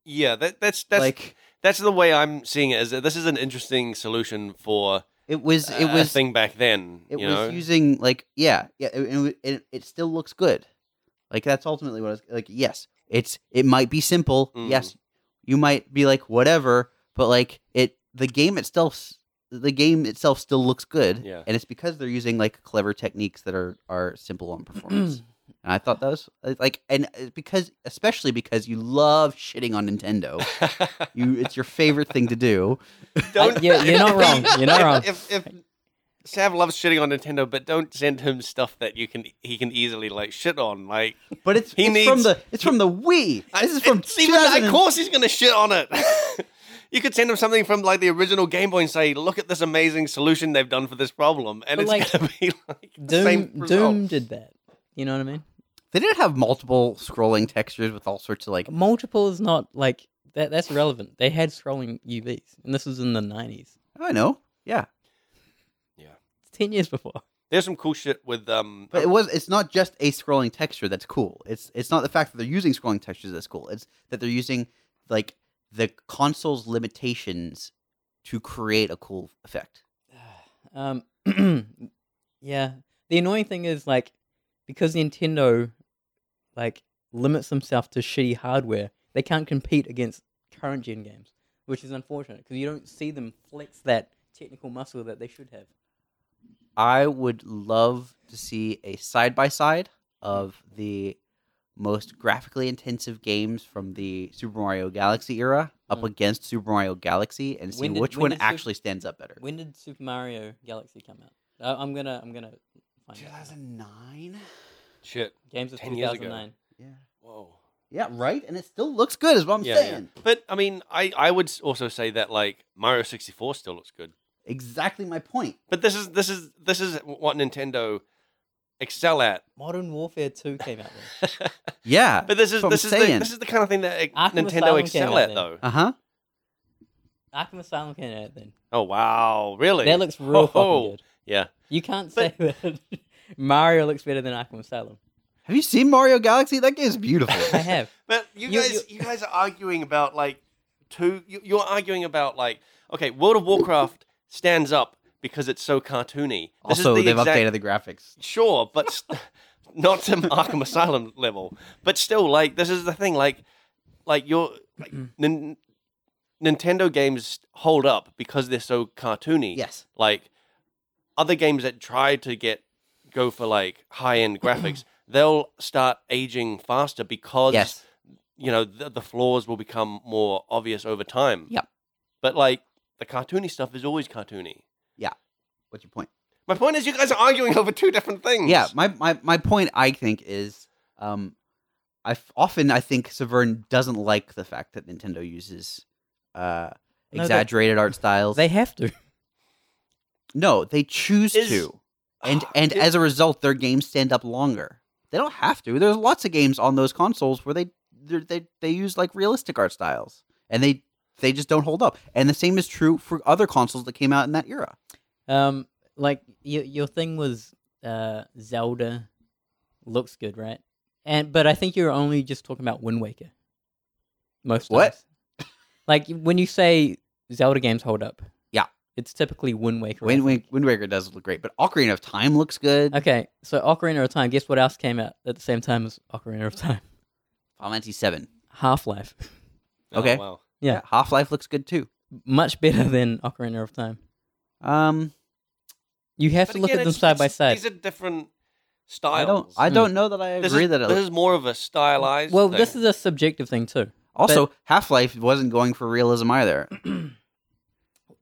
S3: yeah. That, that's that's
S1: like
S3: that's the way I'm seeing it. Is that this is an interesting solution for
S1: it was, it
S3: a
S1: was,
S3: thing back then.
S1: it was
S3: you know?
S1: using like, yeah, yeah, it, it, it, it still looks good. Like that's ultimately what I was like. Yes, it's it might be simple.
S3: Mm.
S1: Yes, you might be like whatever, but like it, the game itself, s- the game itself still looks good.
S3: Yeah.
S1: and it's because they're using like clever techniques that are are simple on performance. And I thought that was uh, like, and it's because especially because you love shitting on Nintendo, you it's your favorite thing to do.
S3: Don't-
S2: I- yeah, you're not wrong. You're not
S3: if,
S2: wrong.
S3: If, if Sav loves shitting on Nintendo, but don't send him stuff that you can he can easily like shit on. Like
S1: But it's,
S3: He
S1: it's from
S3: needs-
S1: the it's from the Wii. This is from
S3: it's even, of
S1: 2000
S3: course he's gonna shit on it. you could send him something from like the original Game Boy and say, "Look at this amazing solution they've done for this problem," and
S2: But,
S3: it's
S2: like,
S3: gonna be like the same
S2: Doom
S3: result.
S2: Doom did that. You know what I mean?
S1: They didn't have multiple scrolling textures with all sorts of like.
S2: Multiple is not like that that's relevant. They had scrolling UVs and this was in the 90s.
S1: I know, yeah,
S2: It's 10 years before.
S3: There's some cool shit with um.
S1: but it was. It's not just a scrolling texture that's cool. It's it's not the fact that they're using scrolling textures that's cool. It's that they're using like the console's limitations to create a cool effect.
S2: Um, yeah. The annoying thing is like because Nintendo like limits themselves to shitty hardware, they can't compete against current gen games, which is unfortunate because you don't see them flex that technical muscle that they should have.
S1: I would love to see a side by side of the most graphically intensive games from the Super Mario Galaxy era up
S2: Mm.
S1: against Super Mario Galaxy and see
S2: When did-
S1: which
S2: when
S1: one
S2: did Sup-
S1: actually stands up better.
S2: When did Super Mario Galaxy come out? Uh, I'm gonna I'm gonna find out.
S1: 2009?
S3: Shit.
S2: Games of
S3: 10 years ago.
S2: 2009.
S1: Yeah.
S3: Whoa.
S1: Yeah, right? And it still looks good, is what I'm
S3: Yeah, yeah.
S1: saying.
S3: But I mean, I I would s- also say that like Mario sixty four still looks good.
S1: Exactly my point.
S3: But this is this is this is what Nintendo excel at.
S2: Modern Warfare 2 came out then.
S1: Yeah.
S3: But this is
S1: That's what
S3: this
S1: I'm
S3: is
S1: saying.
S3: the, this is the kind of thing that like,
S2: Arkham Asylum
S3: Nintendo
S2: came
S3: excel
S2: out
S3: at
S2: then.
S3: though.
S1: Uh huh.
S2: Arkham Asylum came out then.
S3: Oh wow, really?
S2: That looks real fucking
S3: Oh.
S2: good.
S3: yeah.
S2: You can't say
S3: But-
S2: that Mario looks better than Arkham Asylum.
S1: Have you seen Mario Galaxy? That game's beautiful.
S2: I have.
S3: But you,
S2: You-
S3: guys, you, guys are arguing about like two. You, you're arguing about like okay, World of Warcraft stands up because it's so cartoony. This
S1: also,
S3: is the
S1: they've
S3: exact-
S1: updated the graphics.
S3: sure, but st- not to Arkham Asylum level. But still, like this is the thing. Like, like your like,
S2: Mm-hmm.
S3: nin- Nintendo games hold up because they're so cartoony.
S1: Yes.
S3: Like other games that try to get go for like high end graphics, they'll start aging faster because
S1: Yes.
S3: you know the, the flaws will become more obvious over time.
S1: Yep.
S3: But like the cartoony stuff is always cartoony.
S1: What's your point?
S3: My point is, you guys are arguing over two different things.
S1: Yeah, my, my, my point I think is um I f- often I think Severn doesn't like the fact that Nintendo uses uh
S2: No, they-
S1: exaggerated art styles.
S2: They have to.
S1: no, they choose
S3: Is-
S1: to. And
S3: Ah,
S1: and
S3: dude.
S1: as a result their games stand up longer. They don't have to. There's lots of games on those consoles where they they're- they they use like realistic art styles and they they just don't hold up. And the same is true for other consoles that came out in that era.
S2: Um, like your your thing was uh Zelda looks good, right? And but I think you're only just talking about Wind Waker. Most
S1: What?
S2: times. like when you say Zelda games hold up,
S1: Yeah.
S2: it's typically Wind Waker. I
S1: Wind,
S2: think.
S1: Wind, Wind Waker does look great, but Ocarina of Time looks good.
S2: Okay, so Ocarina of Time. Guess what else came out at the same time as Ocarina of Time?
S1: Final Fantasy 7.
S2: Half Life,
S3: Oh,
S1: okay.
S3: wow.
S2: Yeah.
S1: Half Life looks good too.
S2: much better than Ocarina of Time.
S1: Um,
S2: You have
S3: But
S2: to look
S3: again,
S2: at them
S3: it's-
S2: side by
S3: it's-
S2: side.
S3: These are different
S1: I don't.
S3: styles.
S1: I
S2: Mm.
S1: don't know that I
S3: this
S1: agree
S3: is,
S1: that it
S3: this
S1: looks.
S3: is more of a stylized.
S2: Well,
S3: thing.
S2: this is a subjective thing too.
S1: Also, Half Life wasn't going for realism either.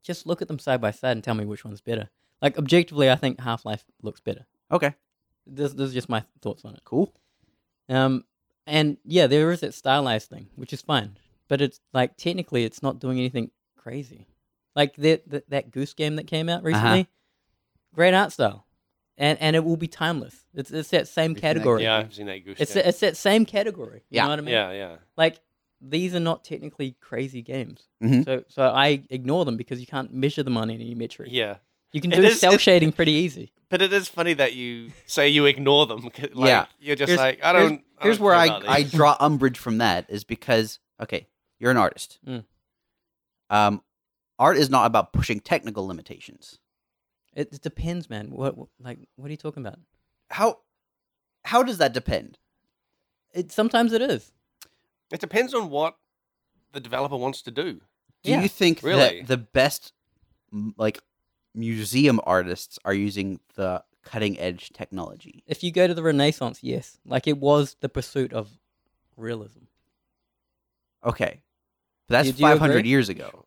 S2: Just look at them side by side and tell me which one's better. Like objectively, I think Half Life looks better.
S1: Okay,
S2: This, this is just my thoughts on it.
S1: cool.
S2: Um, and yeah, there is that stylized thing, which is fine, but it's like technically, it's not doing anything crazy. Like that that, that Goose game that came
S1: Uh-huh.
S2: out recently, great art style, and and it will be timeless. It's it's that same
S1: You've seen that
S2: category.
S3: yeah, I've seen that goose.
S2: It's
S3: game.
S2: it's that same category. You
S1: Yeah.
S2: know what I mean?
S3: yeah, yeah.
S2: Like these are not technically crazy games.
S1: Mhm.
S2: So so I ignore them because you can't measure them on any metric.
S3: Yeah.
S2: You can
S3: It
S2: do
S3: is-
S2: cell
S3: it-
S2: shading pretty easy.
S3: But it is funny that you say you ignore them. 'cause, Like,
S1: Yeah.
S3: You're just
S1: Here's-
S3: like, I
S1: here's-
S3: don't. I
S1: Here's
S3: don't
S1: where
S3: care
S1: I
S3: about
S1: I
S3: these.
S1: draw umbrage from that is because okay, you're an artist.
S2: Mm.
S1: Um, art is not about pushing technical limitations.
S2: It, it depends, man. What, what like what are you talking about?
S1: How how does that depend?
S2: It sometimes it is.
S3: It depends on what the developer wants to do.
S1: Do
S2: Yeah.
S1: you think
S3: Really?
S1: that the best m- like museum artists are using the cutting edge technology?
S2: If you go to the Renaissance, yes, like it was the pursuit of realism.
S1: Okay, but that's
S2: Do- do you
S1: five hundred
S2: agree?
S1: years ago.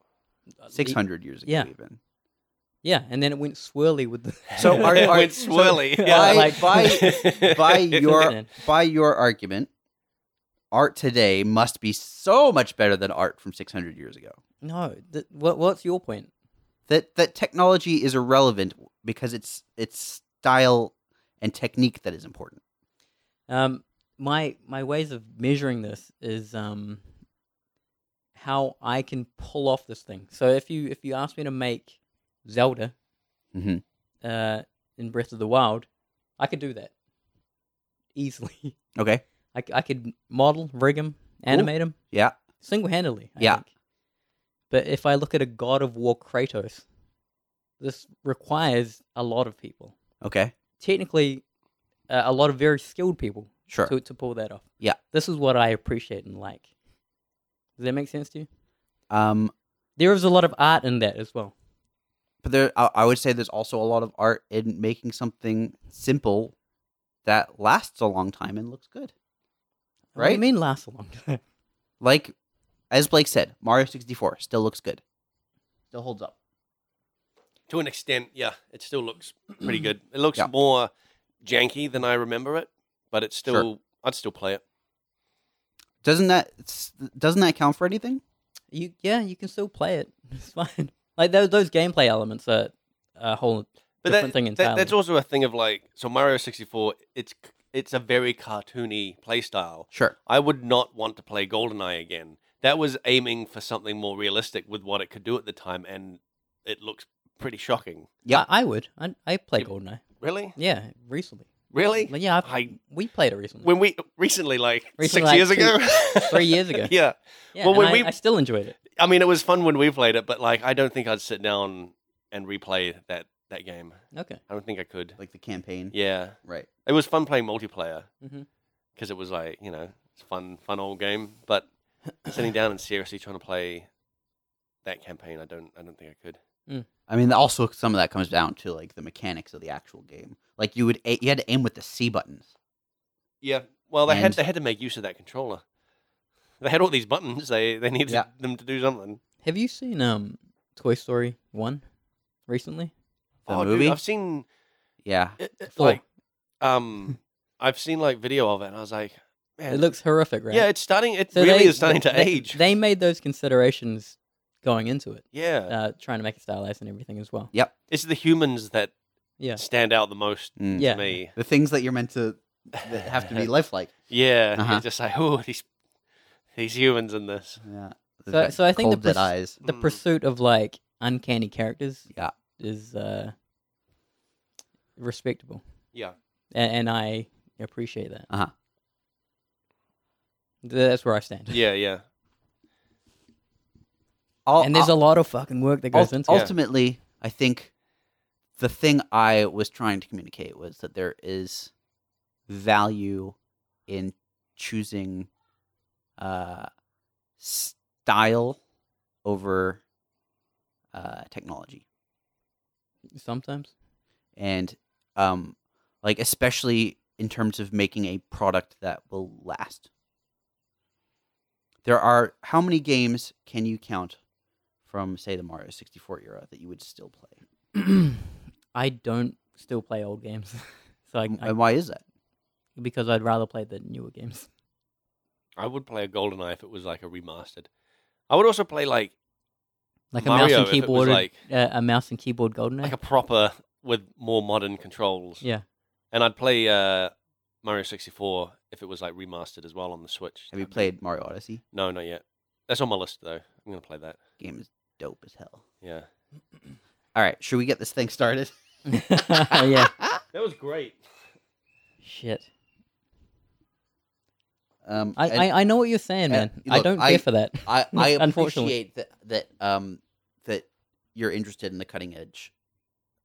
S2: Uh, the-
S1: six hundred years ago,
S2: yeah.
S1: even.
S2: Yeah, and then it went swirly with the.
S1: So are-
S3: it
S1: are-
S3: went
S1: so
S3: swirly.
S2: by-
S3: yeah.
S2: like-
S1: by- by your-
S2: Man.
S1: By your argument, art today must be so much better than art from six hundred years ago.
S2: no, th- what what's your point?
S1: That that technology is irrelevant because it's it's style and technique that is important.
S2: Um, my my ways of measuring this is um, how I can pull off this thing. So if you if you ask me to make Zelda,
S1: Mhm.
S2: uh, in Breath of the Wild, I could do that easily.
S1: Okay.
S2: I, c- I could model, rig them, animate them
S1: Yeah.
S2: single handedly.
S1: Yeah.
S2: Think. But if I look at a God of War Kratos, this requires a lot of people.
S1: Okay.
S2: Technically, uh, a lot of very skilled people
S1: Sure.
S2: to, to pull that off.
S1: Yeah.
S2: This is what I appreciate and like. Does that make sense to you?
S1: Um,
S2: There is a lot of art in that as well.
S1: but there, I, I would say there's also a lot of art in making something simple that lasts a long time and looks good.
S2: What do
S1: Right?
S2: you mean lasts a long time?
S1: Like, as Blake said, Mario 64 still looks good. Still holds up.
S3: To an extent, yeah, it still looks pretty good. It looks
S1: Yeah.
S3: more janky than I remember it, but it's
S1: Sure.
S3: still I'd still play it.
S1: Doesn't that s- doesn't that count for anything?
S2: You yeah, you can still play it. It's fine. Like those those gameplay elements are a whole
S3: But
S2: different
S3: that,
S2: thing
S3: that-
S2: entirely.
S3: that's also a thing of like so Mario 64, it's c- it's a very cartoony playstyle.
S1: Sure.
S3: I would not want to play GoldenEye again. That was aiming for something more realistic with what it could do at the time and it looks pretty shocking.
S1: Yeah.
S2: I, I would. I I played
S3: Yep.
S2: GoldenEye.
S3: Really?
S2: Yeah, recently.
S3: Really?
S2: Like, yeah, I've,
S3: I-
S2: we played it recently.
S3: when we recently like
S2: Recently,
S3: six
S2: like, two-
S3: years ago
S2: three years ago.
S3: yeah
S2: Yeah,
S3: well,
S2: and
S3: when
S2: I,
S3: we-
S2: I still enjoyed it.
S3: i mean it was fun when we played it but like i don't think i'd sit down and replay that that game
S2: Okay.
S3: i don't think i could
S1: Like the campaign.
S3: yeah
S1: Right.
S3: it was fun playing multiplayer
S2: Mhm.
S3: because it was like you know it's a fun fun old game but sitting down and seriously trying to play that campaign i don't i don't think i could
S1: I mean, also some of that comes down to like the mechanics of the actual game. Like you would, a- you had to aim with the C buttons.
S3: yeah well they had
S1: And-
S3: they had to make use of that controller they had all these buttons they they needed
S1: Yeah.
S3: them to do something
S2: Have you seen um Toy Story one recently?
S1: The
S3: oh
S1: movie?
S3: dude i've seen
S1: Yeah.
S3: it, it-
S2: Four.
S3: like um i've seen like video of it and i was like man
S2: It looks horrific, right?
S3: yeah it's starting it really
S2: they-
S3: is starting to
S2: they-
S3: age
S2: They made those considerations going into it,
S3: yeah
S2: uh, trying to make it stylized and everything as well.
S3: it's the humans that
S2: Yeah.
S3: stand out the most
S1: Mm.
S2: Yeah.
S3: to me
S1: The things that you're meant to that have to be lifelike.
S3: yeah
S1: Uh-huh.
S3: it's just like oh these these humans in this
S1: Yeah.
S2: So- so I think the
S1: cold dead
S2: pers-
S1: eyes.
S2: The
S3: Mm.
S2: pursuit of like uncanny characters,
S1: Yeah.
S2: is uh, respectable,
S3: yeah
S2: and, and I appreciate that.
S1: Uh-huh.
S2: Th- That's where I stand.
S3: yeah yeah
S1: I'll-
S2: and there's
S1: I'll-
S2: a lot of fucking work that goes
S1: ult-
S2: into it.
S1: ultimately, I think the thing I was trying to communicate was that there is value in choosing uh, style over uh, technology.
S2: Sometimes,
S1: and um like especially in terms of making a product that will last there are how many games can you count from say the mario 64 era that you would still play
S2: I don't still play old games, so I, I
S3: um,
S1: and why is that
S2: because I'd rather play the newer games.
S3: i would play a golden eye if it was like a remastered i would also play like
S2: like a
S3: Mario,
S2: mouse
S3: if
S2: and
S3: it was
S2: keyboard,
S3: like-
S2: uh, a mouse and keyboard golden
S3: like a proper with more modern controls
S2: yeah.
S3: and i'd play uh mario 64 if it was like remastered as well on the switch
S1: have you
S3: That'd be-
S1: played mario odyssey
S3: No, not yet. That's on my list though. I'm gonna play that.
S1: game is dope as hell
S3: Yeah.
S1: all right should we get this thing started
S2: yeah.
S3: That was great.
S2: Shit.
S1: um
S2: I,
S1: and-
S2: I, I know what you're saying,
S1: Uh,
S2: man.
S1: you
S2: I
S1: look,
S2: don't care
S1: I-
S2: for that.
S1: I, I
S2: Unfortunately.
S1: appreciate that that um that you're interested in the cutting edge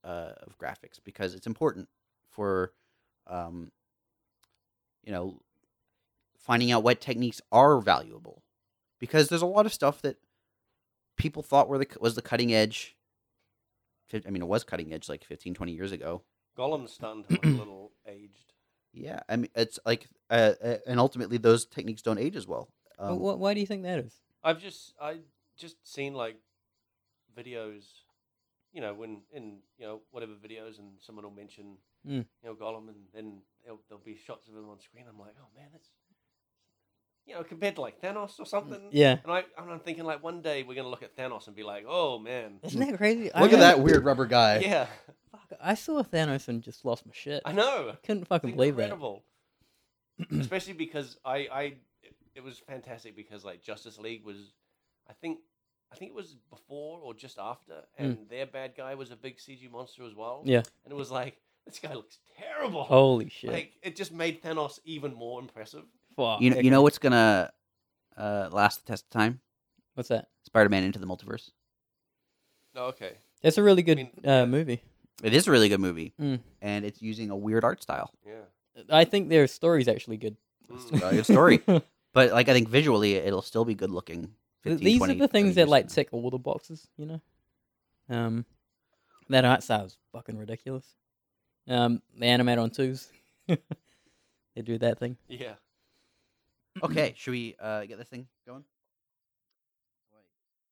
S1: uh, of graphics because it's important for um you know finding out what techniques are valuable because there's a lot of stuff that people thought were the was the cutting edge fif- I mean it was cutting edge like 15 20 years ago
S3: Golem's starting to look a little aged.
S1: yeah I mean it's like uh, uh, and ultimately those techniques don't age as well
S2: But
S1: um,
S2: wh- why do you think that is?
S3: I've just I just seen like videos, you know, when in you know whatever videos, and someone will mention
S2: Mm.
S3: you know Golem, and then there'll, there'll be shots of him on screen. I'm like, oh man, that's you know compared to like Thanos or something.
S2: Mm, Yeah.
S3: And I and I'm thinking like one day we're gonna look at Thanos and be like, oh man,
S2: Isn't that crazy? Look
S1: look at that weird rubber guy
S3: yeah,
S2: Fuck, I saw Thanos and just lost my shit.
S3: I know.
S2: couldn't fucking
S3: It's
S2: believe
S3: incredible. Especially because I, I, it- it was fantastic because like Justice League was, I think, I think it was before or just after, and their bad guy was a big CG monster as well.
S2: Hmm. Yeah.
S3: and it was like this guy looks terrible.
S2: that. Holy shit.
S3: Like it just made Thanos even more impressive.
S2: Fuck.
S1: You know, you know what's gonna uh, last the test of time?
S2: What's that?
S1: Spider-Man into the Multiverse.
S3: Oh, okay.
S2: That's a really good
S3: mean,
S2: uh, movie.
S1: It is a really good movie,
S2: Mm.
S1: and it's using a weird art style.
S3: Yeah.
S2: I think their story's actually good.
S3: Mm.
S1: Well, good story.
S2: Th-
S1: But like, I think visually, it'll still be good looking. 15,
S2: These
S1: 20,
S2: are the
S1: 30
S2: things
S1: years
S2: that like
S1: from now.
S2: tick all the boxes, you know. Um, that art style's fucking ridiculous. Um, they animate on twos. they do that thing.
S3: Yeah.
S1: Okay, should we uh, get this thing going?